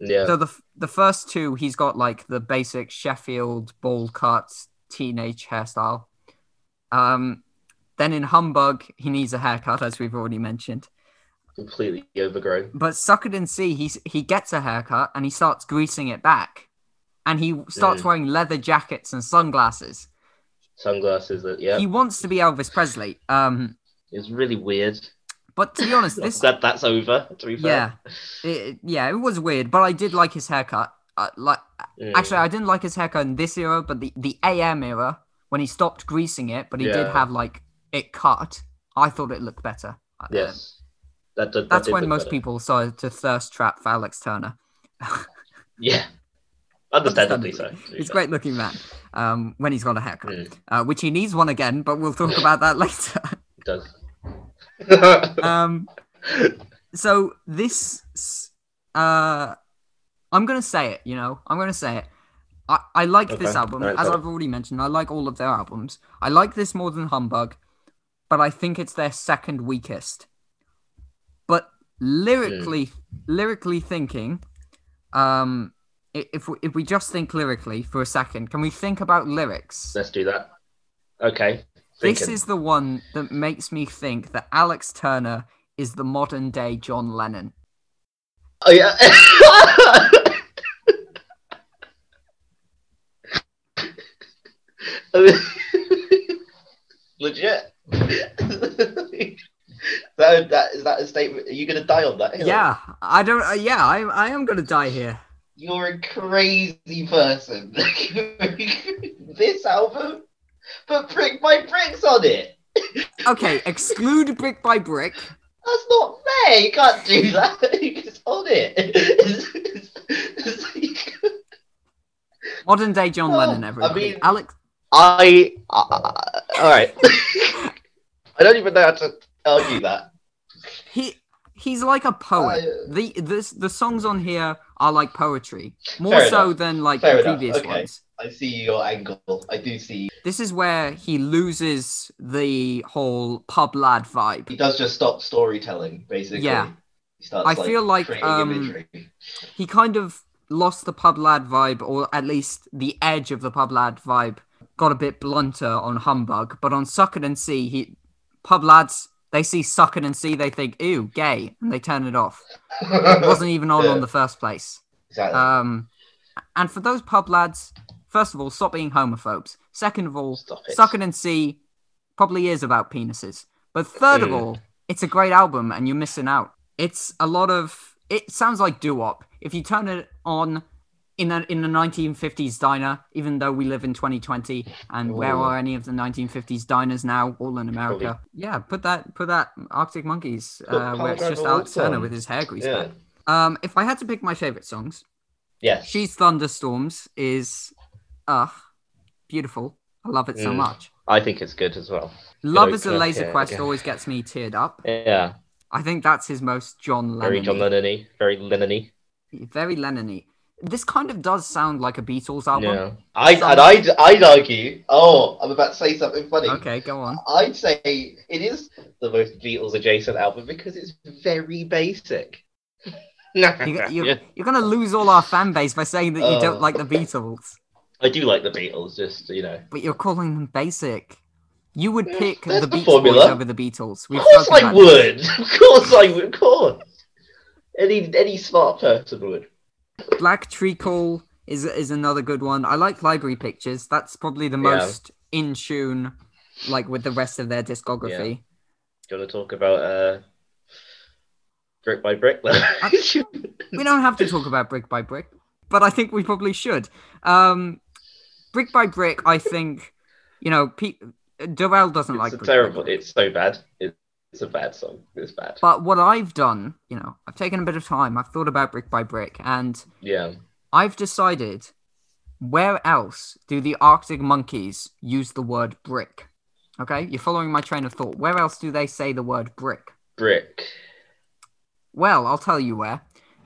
Yeah. So the f- the first two, he's got like the basic Sheffield bowl cut teenage hairstyle. Um, then in Humbug, he needs a haircut, as we've already mentioned. Completely overgrown. But Suck It and See, he's, he gets a haircut and he starts greasing it back, and he starts Mm. wearing leather jackets and sunglasses. Sunglasses. That yeah. He wants to be Elvis Presley. Um, It's really weird. but to be honest, I'm this glad that's over. To be yeah, fair. it, yeah, it was weird, but I did like his haircut. Uh, like Mm. Actually, I didn't like his haircut in this era, but the, the AM era, when he stopped greasing it, but he did Yeah. have like it cut, I thought it looked better. Uh, Yes. That, that, that That's did when look most better. people started to thirst trap for Alex Turner. Yeah. Understandably so. He's a great looking man um, when he's got a haircut, Mm. uh, which he needs one again, but we'll talk about that later. It does. Um, so this, s- uh, I'm gonna say it. You know, I'm gonna say it. I, I like this Okay. album, Alright, as so- I've already mentioned. I like all of their albums. I like this more than Humbug, but I think it's their second weakest. But lyrically, lyrically thinking, um, i- if we, if we just think lyrically for a second, can we think about lyrics? Let's do that. Okay. This Thinking. is the one that makes me think that Alex Turner is the modern day John Lennon. Oh yeah. I mean, legit. that, that is that a statement? Are you gonna die on that hill? Yeah, I don't. Uh, yeah, I I am gonna die here. You're a crazy person. this album, put brick by bricks on it. Okay, exclude brick by brick. That's not fair. You can't do that. It's on it. Modern day John Well, Lennon. I Everybody. mean- Alex. I. Uh, all right. I don't even know how to argue that. He he's like a poet. I- uh, the this the songs on here are like poetry, more Fair so enough. than like Fair the enough, previous okay. ones. I see your angle. I do see. This is where he loses the whole pub lad He vibe. does just stop storytelling, basically. Yeah. He starts, I feel like, creating um, imagery. He kind of lost the pub lad vibe, or at least the edge of the pub lad vibe. Got a bit blunter on humbug, but on suckin' and see, he pub lads they see suckin' and see, they think ew gay, and they turn it off. It um, wasn't even on Yeah. on the first place. exactly. Um, and for those pub lads, first of all, stop being homophobes. Second of all, Stop it. Suckin' and See probably is about penises. But third of Mm. all, it's a great album and you're missing out. It's a lot of it sounds like doo-wop. If you turn it on in a in a 1950s diner, even though we live in 2020 and where Ooh. are any of the 1950s diners now all in America? Yeah, put that put that Arctic Monkeys Put uh, where it's Paradise just Lost Alex Turner on. with his hair greased yeah. back. Um if I had to pick my favorite songs, Yes. She's Thunderstorms is ugh beautiful. I love it so Mm. much. I think it's good as well. Love Good is a opener, laser yeah, quest yeah. always gets me teared up. Yeah. I think that's his most John Very John Lennon. Lennon Very Lennon Very Lennon-y. This kind of does sound like a Beatles album. Yeah. I, and I'd, I'd argue. Oh, I'm about to say something funny. Okay, go on. I'd say it is the most Beatles adjacent album because it's very basic. You, you, Yeah. You're gonna lose all our fan base by saying that you Oh. don't like the Beatles, I do like the Beatles, just, you know. but you're calling them basic. You would Yes, pick that's the the Beach Boys formula. over the Beatles. Of course spoken I about this. would. Of course I would. Of course. Any any smart person would. Black Treacle is is another good one. I like Library Pictures. That's probably the Yeah. most in tune, like with the rest of their discography. Do you want to talk about uh, brick by brick? then? we don't have to talk about brick by brick, but I think we probably should. Um, brick by brick, I think, you know, Pete Durrell doesn't like it's a brick by terrible. brick. It's so bad. It, it's a bad song. It's bad. But what I've done, you know, I've taken a bit of time. I've thought about brick by brick, and Yeah. I've decided where else do the Arctic monkeys use the word brick? Okay, you're following my train of thought. Where else do they say the word brick? Brick. Well, I'll tell you where.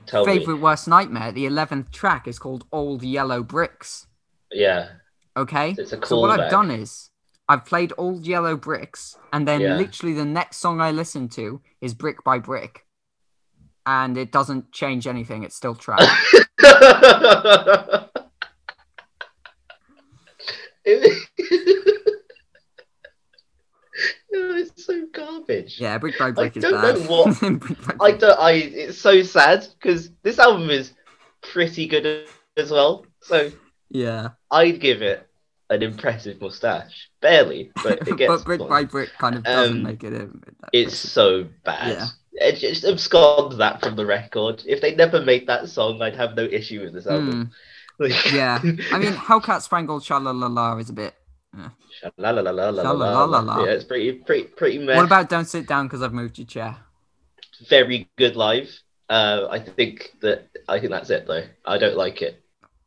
Tell Favorite me. worst nightmare, the 11th track is called Old Yellow Bricks. Yeah. Okay. It's a So what I've callback. done is I've played Old Yellow Bricks, and then Yeah. literally the next song I listen to is Brick by Brick, and it doesn't change anything. It's still trash. It- it's so garbage. yeah, Brick by Brick is don't bad. know what- Brick by I Brick. don't. I. It's so sad because this album is pretty good as well. So Yeah, I'd give it an impressive mustache, barely, but it gets. but Brick one. by Brick kind of doesn't Um, make it. A, It's so bad. Yeah. It just abscond that from the record. If they never made that song, I'd have no issue with this album. Mm, yeah. I mean, Hellcat Sprangled Shalalala is a bit. la la la la la la Sha-la-la-la-la. la. Yeah, it's pretty, pretty, pretty meh. What about Don't Sit Down because I've moved your chair? Very good live. Uh, I think that I think that's it though. I don't like it.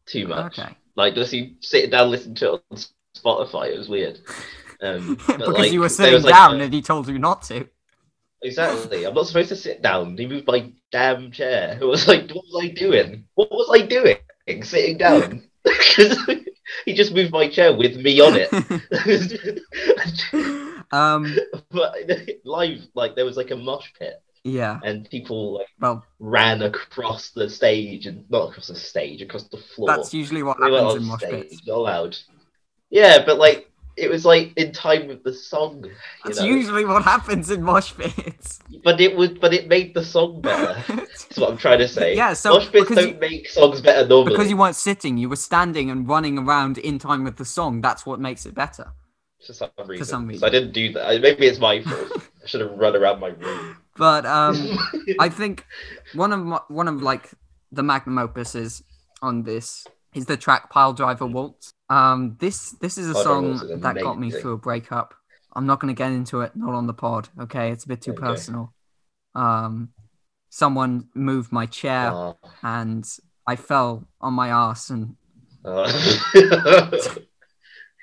too much. Okay. Like just you sitting down listening to it on Spotify. It was weird. Um, but, because like, you were there sitting was, like, down a- and he told you not to. Exactly. I'm not supposed to sit down. He moved my damn chair. It was like, what was I doing? What was I doing? Sitting down. 'Cause he just moved my chair with me on it. um, but live, like there was like a mosh pit, yeah. and people like Well, ran across the stage and not across the stage, across the floor. that's usually what They went happens on in mosh stage, pits. Not allowed. Yeah, but like it was like in time with the song. You That's know? usually what happens in mosh pits. But it was, but it made the song better. That's what I'm trying to say. Yeah, so mosh pits because don't you- make songs better normally. because you weren't sitting, you were standing and running around in time with the song. That's what makes it better. for some reason, some So I reason. didn't do that. I- Maybe it's my fault. I should have run around my room. But um, I think one of my, one of like the magnum opuses on this is the track "Pile Driver Waltz." Um, this this is a Pile Driver Waltz song is that got me amazing. through a breakup. I'm not going to get into it, not on the pod. Okay, it's a bit too Okay. personal. Um, someone moved my chair Ah. and I fell on my ass, and Ah.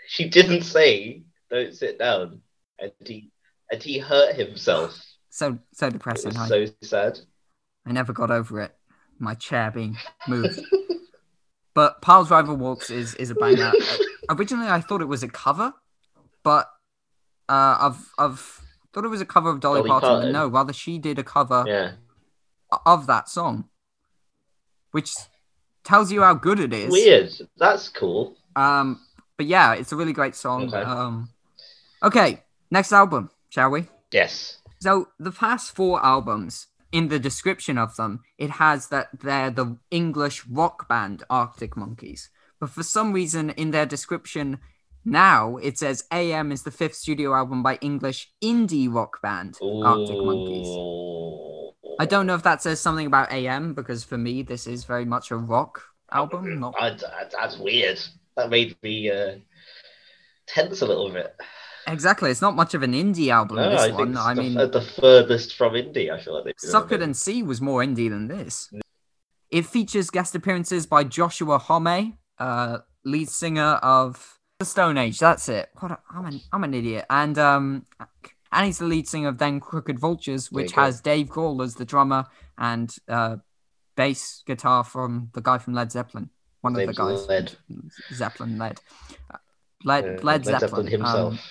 she didn't say don't sit down, and he and he hurt himself. so so It depressing. was I, so sad. I never got over it. My chair being moved. but Pile Driver Waltz is is a banger. Originally, I thought it was a cover, but uh, I've I've thought it was a cover of Dolly, Dolly Parton. But Parton. no, rather she did a cover yeah. of that song, which tells you how good it is. Weird. That's cool. Um, but yeah, it's a really great song. Okay. Um, okay, next album, shall we? Yes. So the past four albums, in the description of them, it has that they're the English rock band Arctic Monkeys. But for some reason, in their description now, it says AM is the fifth studio album by English indie rock band Arctic Monkeys. I don't know if that says something about AM because for me, this is very much a rock album. Not I, I- that's weird. That made me uh, tense a little bit. exactly. It's not much of an indie album. No, Oh, this I one. think I the, mean, the furthest from indie. I feel like they've Suck It been. and See was more indie than this. It features guest appearances by Joshua Homme, uh, lead singer of The Stone Age. That's it. What a, I'm an I'm an idiot. And um, and he's the lead singer of Then Crooked Vultures, which you go. has Dave Grohl as the drummer and uh, bass guitar from the guy from Led Zeppelin. One of the Name's guys. Led. Zeppelin Led. Yeah, Led, Led, Zeppelin, um, himself.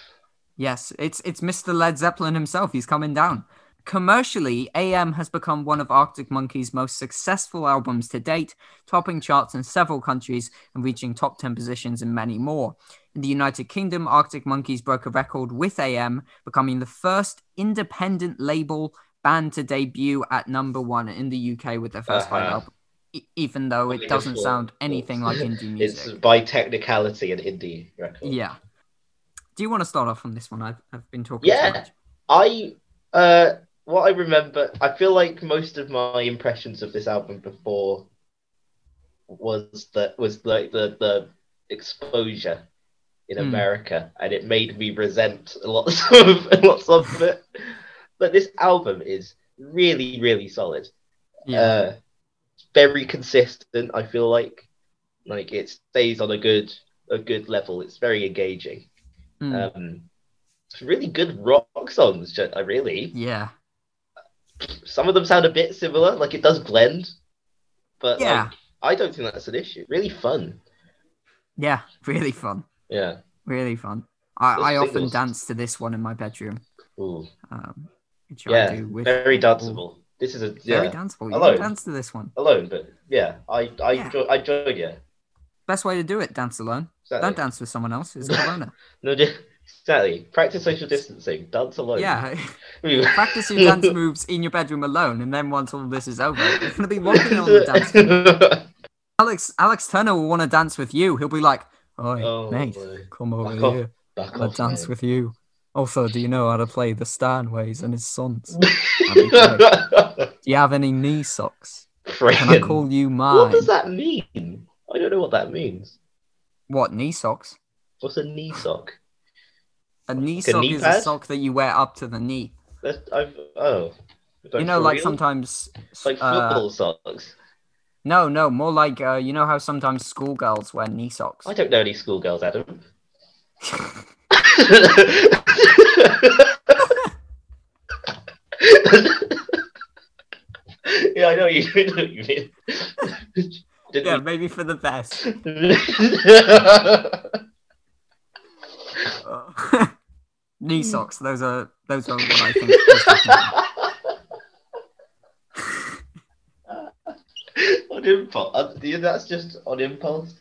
Yes, it's it's Mr. Led Zeppelin himself. He's coming down. Commercially, AM has become one of Arctic Monkey's most successful albums to date, topping charts in several countries and reaching top 10 positions in many more. In the United Kingdom, Arctic Monkeys broke a record with AM, becoming the first independent label band to debut at number one in the UK with their 1st five Uh-huh. album, e- even though it Wonderful. doesn't sound anything like indie music. It's by technicality an indie record. Yeah. Do you want to start off on this one? I've, I've been talking Yeah. too much. I uh what I remember I feel like most of my impressions of this album before was that was like the the exposure in Hmm. America and it made me resent lots of lots of it. But this album is really, really solid. Yeah. uh, very consistent. I feel like like it stays on a good a good level. It's very engaging. Mm. Um, it's really good rock songs. ju- uh, Really, yeah. some of them sound a bit similar. Like it does blend, but Yeah. like, I don't think that's an issue. Really fun. Yeah. Really fun. Yeah. Really fun. I, Those I often singles. dance to this one in my bedroom. Ooh. Um, which I Yeah. do with Very people. danceable. This is a yeah. Very danceable. You Hello. can dance to this one. Alone, but yeah, I I Yeah. enjoy I enjoy yeah. Best way to do it, dance alone. Exactly. Don't dance with someone else. It's a loner. No, di- exactly. Practice social distancing. Dance alone. yeah. Ooh. Practice your dance moves in your bedroom alone, and then once all this is over, you're gonna be walking on the dance floor. Alex Alex Turner will want to dance with you. He'll be like, Oi, Oh, mate, boy. Oh, come over Fuck off. here. Back I'll off, dance mate. with you. Also, do you know how to play the Steinways and his sons? Do you have any knee socks? Can I Friggin'. call you What mine? does that mean? I don't know what that means. What knee socks? What's a knee sock? A knee Like a sock knee is a pad? sock that you wear up to the knee. That's, I've, oh. you know, like sometimes sometimes Like uh, football socks. No, no, more like uh, you know how sometimes schoolgirls wear knee socks. I don't know any schoolgirls, Adam. yeah, I know you, I know what you mean. Didn't Yeah, maybe for the best. we- Uh, knee Hmm. socks. Those are those are what I think. was the- on impulse. Uh, yeah, that's just on impulse.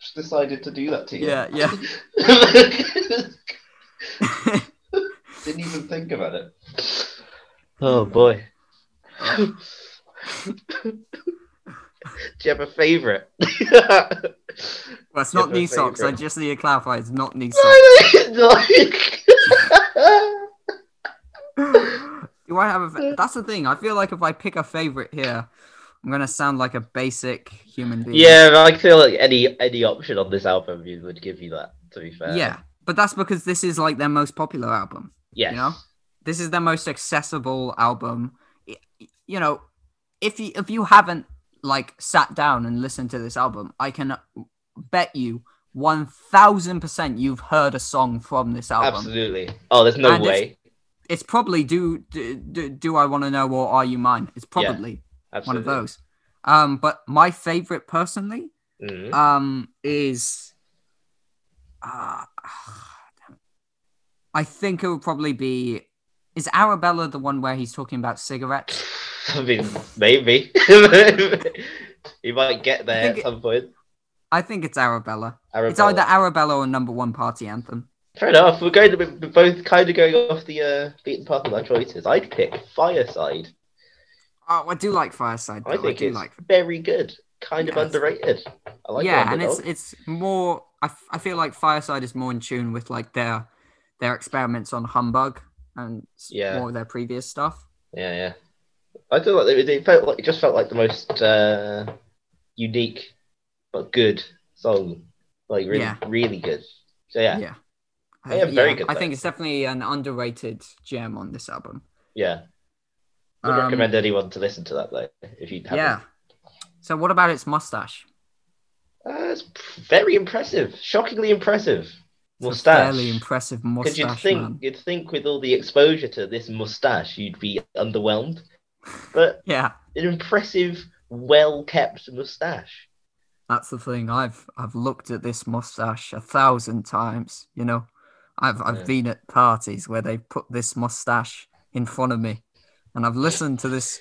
Just decided to do that to you. yeah, yeah. Didn't even think about it. Oh boy. Uh, Do you have a favourite? well, it's Yeah, not my knee socks. I favourite. just need to clarify. It's not knee No, socks. no, no. Do I have a? fa- That's the thing. I feel like if I pick a favorite here, I'm gonna sound like a basic human being. yeah, I feel like any any option on this album you would give you that. To be fair, Yeah, but that's because this is like their most popular album. yes, You know? This is their most accessible album. I- You know, if you if you haven't like sat down and listened to this album, I can bet you one thousand percent you've heard a song from this album. absolutely. Oh, there's no And it's- way. It's probably do do, do, do I want to know or are you mine? It's Yeah. probably one of Absolutely. those. Um, but my favorite personally Mhm. um is uh, I think it would probably be is Arabella the one where he's talking about cigarettes? I mean, maybe. you might get I there think at it- some point. I think it's Arabella. It's Arabella. either Arabella or number one party anthem. Fair enough. We're going to be we're both kind of going off the uh, beaten path of my choices. I'd pick Fireside. Oh, I do like Fireside. Though. I I, think do it's like. very good. Kind of Yes. underrated. I like yeah, the and it's underdog. it's more. I, f- I feel like Fireside is more in tune with like their their experiments on humbug and s- Yeah. more of their previous stuff. Yeah, yeah. I feel like it, it felt like it just felt like the most uh, unique but good song. Like really, Yeah. really good. So yeah, yeah. yeah. They are very good I think though. it's definitely an underrated gem on this album. Would Um, recommend anyone to listen to that though, if you haven't. Yeah. So what about its mustache? Uh, it's p- very impressive, shockingly impressive. It's a Mustache. fairly impressive Because mustache, you'd think man. you'd think with all the exposure to this mustache, you'd be underwhelmed. But Yeah, an impressive, well-kept mustache. that's the thing. I've I've looked at this mustache a thousand times. You know, I've I've Yeah. been at parties where they put this mustache in front of me, and I've listened to this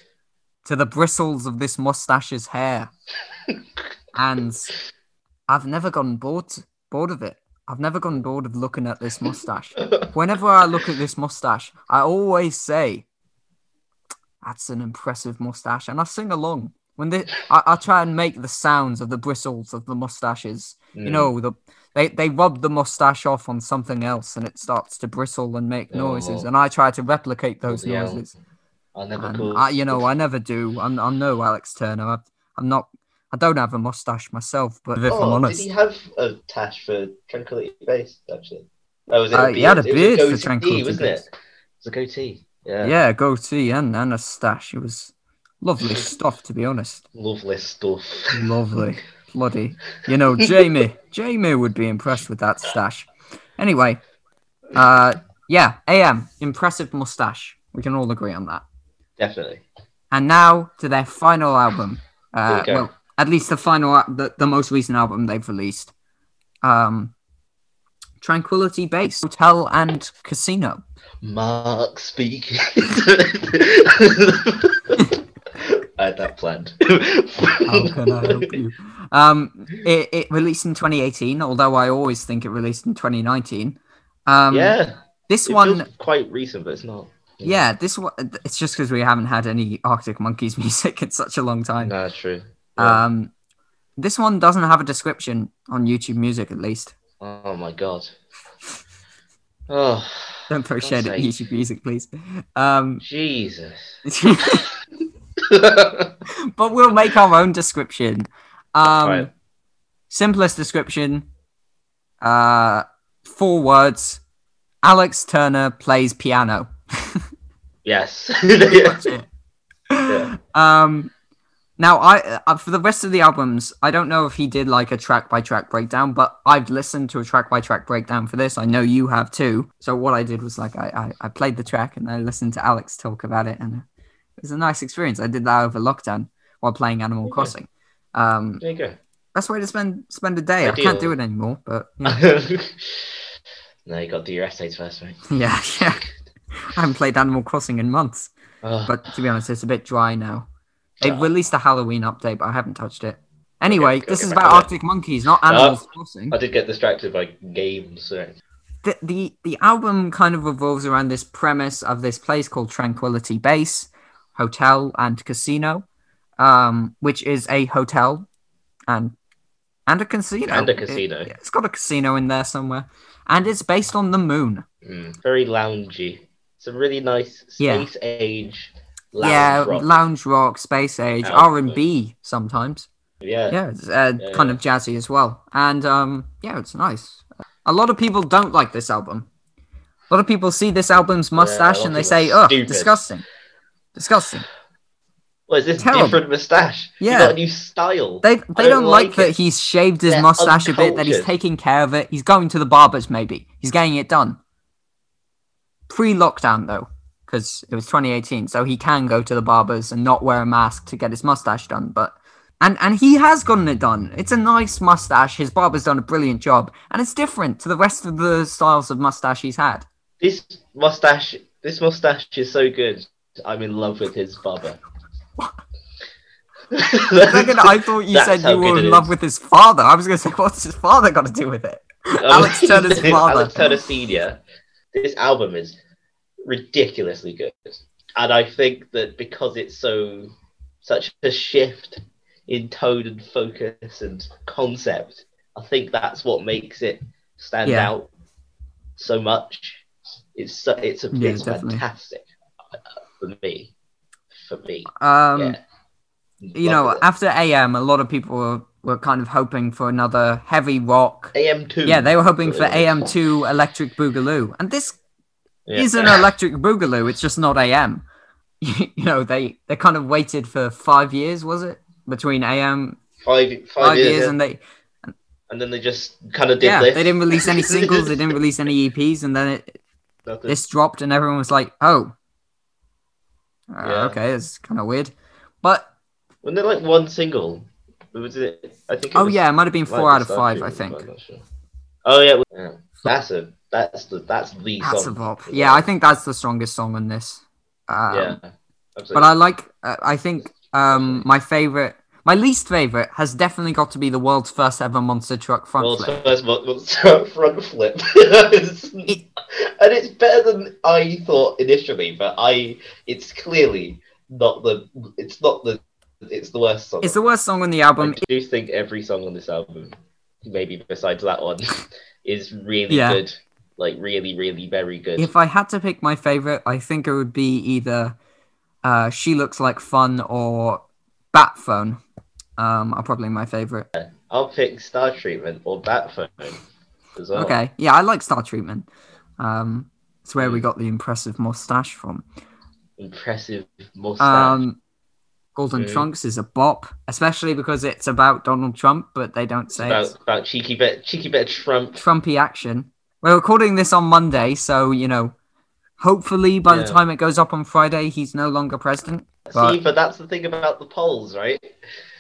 to the bristles of this mustache's hair, and I've never gotten bored bored of it. I've never gotten bored of looking at this mustache. Whenever I look at this mustache, I always say, "That's an impressive mustache," and I sing along. When they, I, I try and make the sounds of the bristles of the mustaches. Mm. You know, the they they rub the mustache off on something else, and it starts to bristle and make noises. Oh. And I try to replicate those Bloody hell. noises. I never And call. I, you know, I never do. I'm I'm no Alex Turner. I, I'm not. I don't have a mustache myself, but if I'm oh, did honest, he have a tash for Tranquility Base? Actually, that was it. Uh, he had a It was beard for goatee, Tranquility wasn't Base. it? It was a goatee. Yeah. yeah, goatee and and a stash. It was lovely stuff, to be honest. Lovely stuff. Mm. Lovely. Bloody. You know, Jamie. Jamie would be impressed with that stash. Anyway, uh yeah, AM, impressive mustache. We can all agree on that. Definitely. And now to their final album. Uh There you go. well, at least the final al- the, the most recent album they've released. Um Tranquility Base, Hotel and Casino. Mark speaking. I had that planned. How can I help you? Um it, it released in 2018, although I always think it released in 2019. Um yeah, this it one feels quite recent, but it's not. Yeah, this one. It's just because we haven't had any Arctic Monkeys music in such a long time. no, it's true. Yeah. Um, this one doesn't have a description on YouTube Music, at least. oh my god. Oh, Don't throw God's shade at sake. YouTube Music, please. Um, Jesus. but we'll make our own description. Um, Right. Simplest description. Uh, four words. Alex Turner plays piano. yes. Pretty much it. Yeah. Um, Now, I uh, for the rest of the albums, I don't know if he did like a track by track breakdown, but I've listened to a track by track breakdown for this. I know you have too. So what I did was like I, I, I played the track and I listened to Alex talk about it, and it was a nice experience. I did that over lockdown while playing Animal Okay. Crossing. Um, There you go. best way to spend spend a day. I can't Ideal. do it anymore, but yeah, no, you got to do your essays first, mate. yeah. yeah. I haven't played Animal Crossing in months, Oh, but to be honest, it's a bit dry now. They've Ah. released a Halloween update, but I haven't touched it. Anyway, Okay, this okay, Uh, is back about to it. Arctic Monkeys, not Animal Crossing. I did get distracted by games. So. the, the the album kind of revolves around this premise of this place called Tranquility Base, hotel and casino, um, which is a hotel and and a casino. And a It- casino. it's got a casino in there somewhere, and it's based on the moon. Mm, very loungy. Some really nice Yeah. space age lounge yeah, rock. lounge rock, space age, Lounge R and B sometimes. yeah. Yeah, it's uh, Yeah, kind yeah. of jazzy as well, and um, yeah, it's nice. A lot of people don't like this album. A lot of people see this album's mustache lot and they of people are say, "Oh, stupid." disgusting, disgusting." Well, is this Terrible. different moustache? Yeah. You got a new style. They they don't don't, like, like that it. he's shaved his They're mustache a bit, that he's uncultured. taking care of it. He's going to the barbers, maybe. He's getting it done. Pre lockdown, though, because it was 2018, so he can go to the barbers and not wear a mask to get his mustache done. But and and he has gotten it done. It's a nice mustache. His barber's done a brilliant job, and it's different to the rest of the styles of mustache he's had. This mustache, this mustache is so good. I'm in love with his barber. The second I thought you That's said how you were good in it love is. with his father, I was going to say, what's his father got to do with it? Alex Turner's father. Um, Alex Turner Senior. This album is ridiculously good, and I think that because it's so such a shift in tone and focus and concept, I think that's what makes it stand Yeah. out so much. It's so, it's a, Yeah, it's definitely. fantastic uh, for me. For me, Um, yeah. you know, after AM, a lot of people were, were kind of hoping for another heavy rock. AM two. Yeah, they were hoping for Really? AM2 Electric Boogaloo. And this is an Electric Boogaloo, it's just not AM. you know, they, they kind of waited for five years, was it? Between AM, five, five, five years, years, in. and they, and then they just kind of did yeah, this. they didn't release any singles, they didn't release any EPs, and then it, Nothing. this dropped, and everyone was like, oh, uh, Yeah. okay, it's kind of weird. But Wasn't there like one single? Was it? I think. It oh was yeah, it might have been like four the out of Star five, Tribune, I but think. I'm not sure. Oh yeah, well, yeah. that's a that's the that's the That's a song. bop. Yeah, I think that's the strongest song on this. Um, yeah, But absolutely. I like. Uh, I think um, my favorite, my least favorite, has definitely got to be the world's first ever monster truck front World's flip. first mo- mo- front flip, and it's better than I thought initially. But I, it's clearly not the, it's not the, it's the worst song. It's the worst song on the album. I do think every song on this album, maybe besides that one, is really Yeah. good. Like really, really very good. If I had to pick my favorite, I think it would be either uh, "She Looks Like Fun" or "Bat Phone." Um, are probably my favorite. I'll pick Star Treatment or Batphone as well. Okay, yeah, I like Star Treatment. Um, it's where we Mm. got the impressive mustache from. Impressive mustache. Um, Golden Mm. Trunks is a bop, especially because it's about Donald Trump, but they don't It's say about, it's about cheeky bit, cheeky bit of Trump. Trumpy action. We're recording this on Monday, so you know, hopefully by the Yeah. time it goes up on Friday, he's no longer president. See, but that's the thing about the polls, right?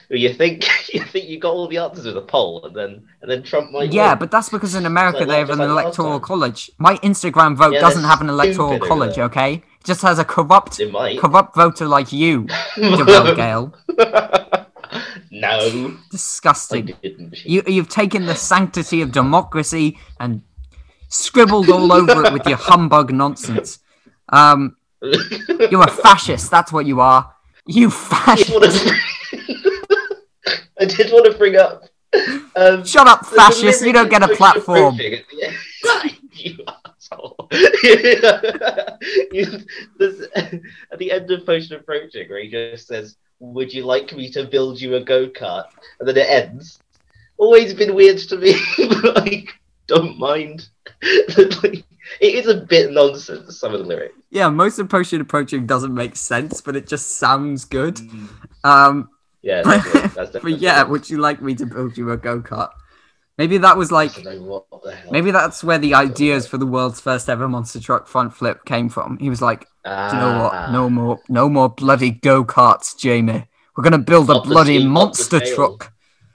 You think you think you got all the answers with a poll, and then and then Trump might. yeah, win. but that's because in America Like, they have just an like last electoral time. college. My Instagram vote Yeah, they're doesn't have an electoral stupid over college, there. okay? It just has a corrupt, it might. corrupt voter like you, Javelle Gale. no, I Disgusting. didn't. You, you've taken the sanctity of democracy and scribbled all over it with your humbug nonsense. Um, you're a fascist. That's what you are. You I did fascist. want to. I did want to bring up. Um, Shut up, the- the fascist. You don't lyrics get a of platform. Social Proofing at the end. you asshole. You- there's- at the end of Potion Approaching, where he just says, "Would you like me to build you a go kart?" and then it ends. Always been weird to me. but I don't mind. it is a bit nonsense. Some of the lyrics. Yeah, most of Potion Approaching doesn't make sense, but it just sounds good. Um, Yeah, that's, it. that's definitely. But yeah, would you like me to build you a go kart? Maybe that was I like don't know what the hell. maybe that's where the ideas for the world's first ever monster truck front flip came from. He was like, Do you know Ah. what? No more no more bloody go karts, Jamie. We're gonna build a Up the bloody team, up the monster tail." truck.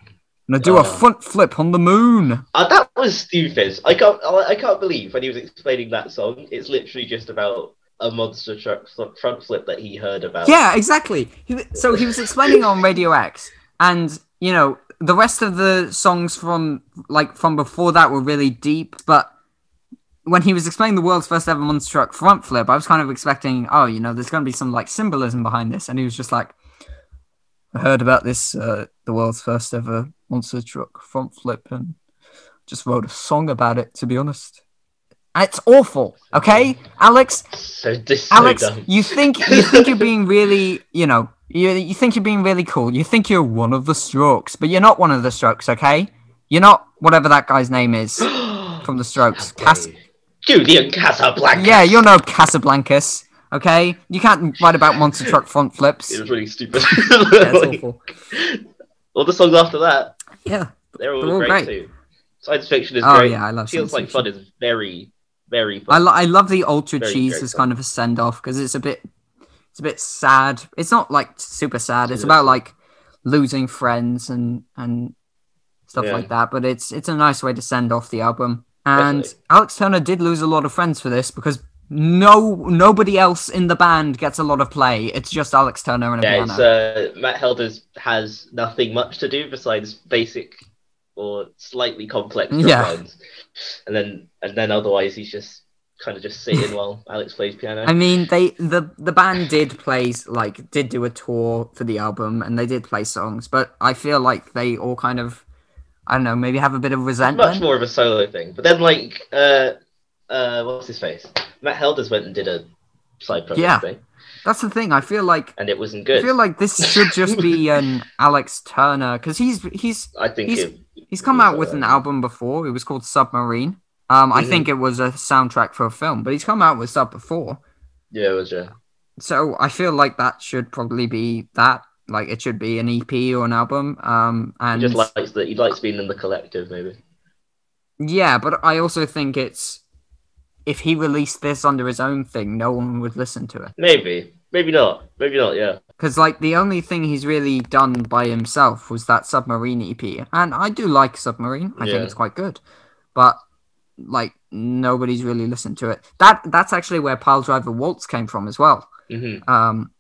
I'm gonna do a Ah. front flip on the moon. Uh, that was stupid. I can't. I I can't believe when he was explaining that song, it's literally just about a monster truck fl- front flip that he heard about. Yeah, exactly. He, w- so he was explaining on Radio X, and you know the rest of the songs from like from before that were really deep, but when he was explaining the world's first ever monster truck front flip, I was kind of expecting, oh, you know, there's going to be some like symbolism behind this, and he was just like, I heard about this, uh, the world's first ever monster truck front flip, and just wrote a song about it. To be honest, And it's awful. Okay, Alex, So this so Alex, dumb. you think you think you're being really, you know, you you think you're being really cool. You think you're one of the Strokes, but you're not one of the Strokes, okay? You're not whatever that guy's name is from the Strokes. Cas- Julian Casablanca. yeah, you're no Casablancas, okay? You can't write about monster truck front flips. It Yeah, was really stupid. it's Like, awful. all the songs after that, Yeah. they're all They're all great, great. too. Science fiction is Oh great. yeah, I love. Feels Science like Fiction. fun is very, very I, fun. lo- I love the ultra Very cheese great as song. kind of a send off because it's a bit it's a bit sad. It's not like super sad. It's Yeah. about like losing friends and and stuff Yeah. like that. But it's it's a nice way to send off the album. And Definitely. Alex Turner did lose a lot of friends for this because no nobody else in the band gets a lot of play. It's just Alex Turner and a yeah, piano. it's, uh, Matt Helders has nothing much to do besides basic or slightly complex drum Yeah. lines. and then and then otherwise he's just kind of just sitting while Alex plays piano. I mean, they the the band did plays like did do a tour for the album, and they did play songs. But I feel like they all kind of, I don't know, maybe have a bit of Much resentment. more of a solo thing. But then like uh uh what's his face? Matt Helders went and did a side project Yeah. thing, That's the thing. I feel like and it wasn't I good. feel like this should just be an Alex Turner because he's he's I think he's- it, he's come out with an album before. It was called Submarine. Um, I Mhm. think it was a soundtrack for a film, but he's come out with sub before. Yeah, it was yeah. so I feel like that should probably be that. Like it should be an EP or an album. Um, He and just likes that he likes being in the collective maybe. yeah, but I also think it's if he released this under his own thing, no one would listen to it. Maybe. Maybe not. Maybe not, yeah. Because like the only thing he's really done by himself was that submarine EP, and I do like submarine. I Yeah. think it's quite good, but like nobody's really listened to it. That that's actually where Pile Driver Waltz came from as well. hmm Um,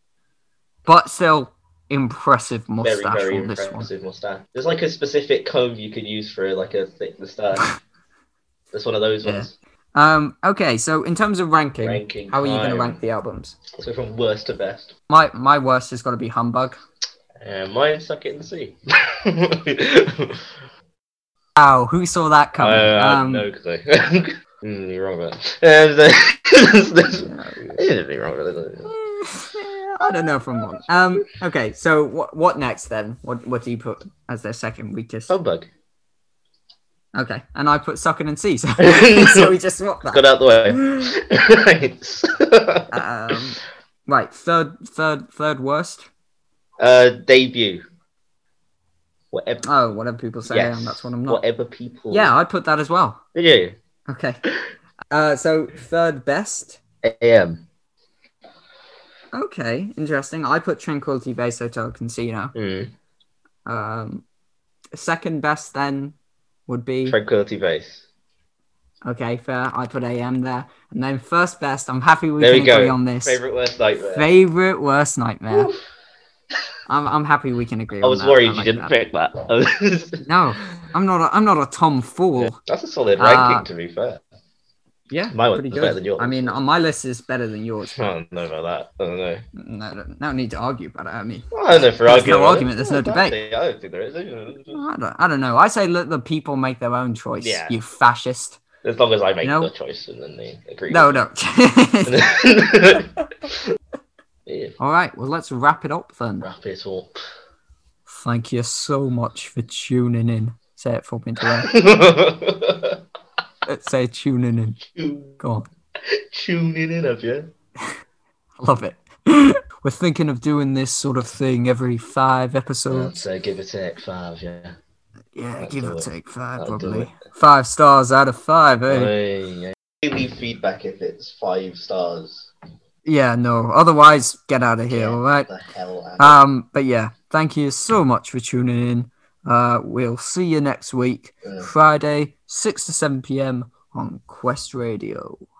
but still impressive mustache Very, very on this one. impressive mustache. There's like a specific comb you can use for like a thick mustache. It's one of those Yeah. ones. Um, okay, so in terms of ranking, Ranking. how are you going to time. rank the albums? So from worst to best. My my worst has got to be Humbug. Uh, mine suck it in the sea. Wow, who saw that coming? I had um, Uh, no clue. Mm, you're wrong about that. Um, there's you know, anything wrong with it. I don't know from one. Um, okay, so what what next then? What what do you put as their second weakest? Humbug. Okay, and I put Suckin' and Sea, so, so we just swapped Got that. out the way. Um, right, third third third worst. uh, debut. Whatever. Oh, whatever people say, Yes. and that's what I'm not. Whatever people. Yeah, I put that as well. Did you? Okay. Uh, so third best. AM. Okay, interesting. I put Tranquility Base Hotel Casino. Mm. Um, second best then would be Tranquility Base. okay. Fair. I put AM there, and then first best. I'm happy we There can we go. agree on this. Favorite worst nightmare. Favorite worst nightmare. Oof. I'm, I'm happy we can agree. I was on that. worried like you didn't that. pick that. No, I'm not. A, I'm not a tom fool. That's a solid Uh, ranking, to be fair. Yeah, My one's pretty better good. than yours. I mean, on my list is better than yours. I don't know about that. I don't know. No, no, no need to argue about it. I mean, I don't know for There's argument. no argument, there's no I don't debate. think- I don't think there is. I don't. I don't know. I say let the people make their own choice. Yeah. You fascist. As long as I make No. the choice and then they agree. No, with no. it. yeah, All right, well, let's wrap it up then. wrap it all. Thank you so much for tuning in. Say it for me, Dwayne. Let's say tuning in. Go on. Tuning in, have you? I love it. we're thinking of doing this sort of thing every five I'd episodes. say give or take five, yeah. Yeah, I'll give do or it. take 5 I'll do probably. Five stars out of five, eh? Hey, yeah. Leave feedback if it's five stars. Yeah, no. Otherwise, get out of here, Yeah. all right? The hell out of Um, but yeah, thank you so much for tuning in. Uh, we'll see you next week, it. Friday, 6 to 7 p.m. on Quest Radio.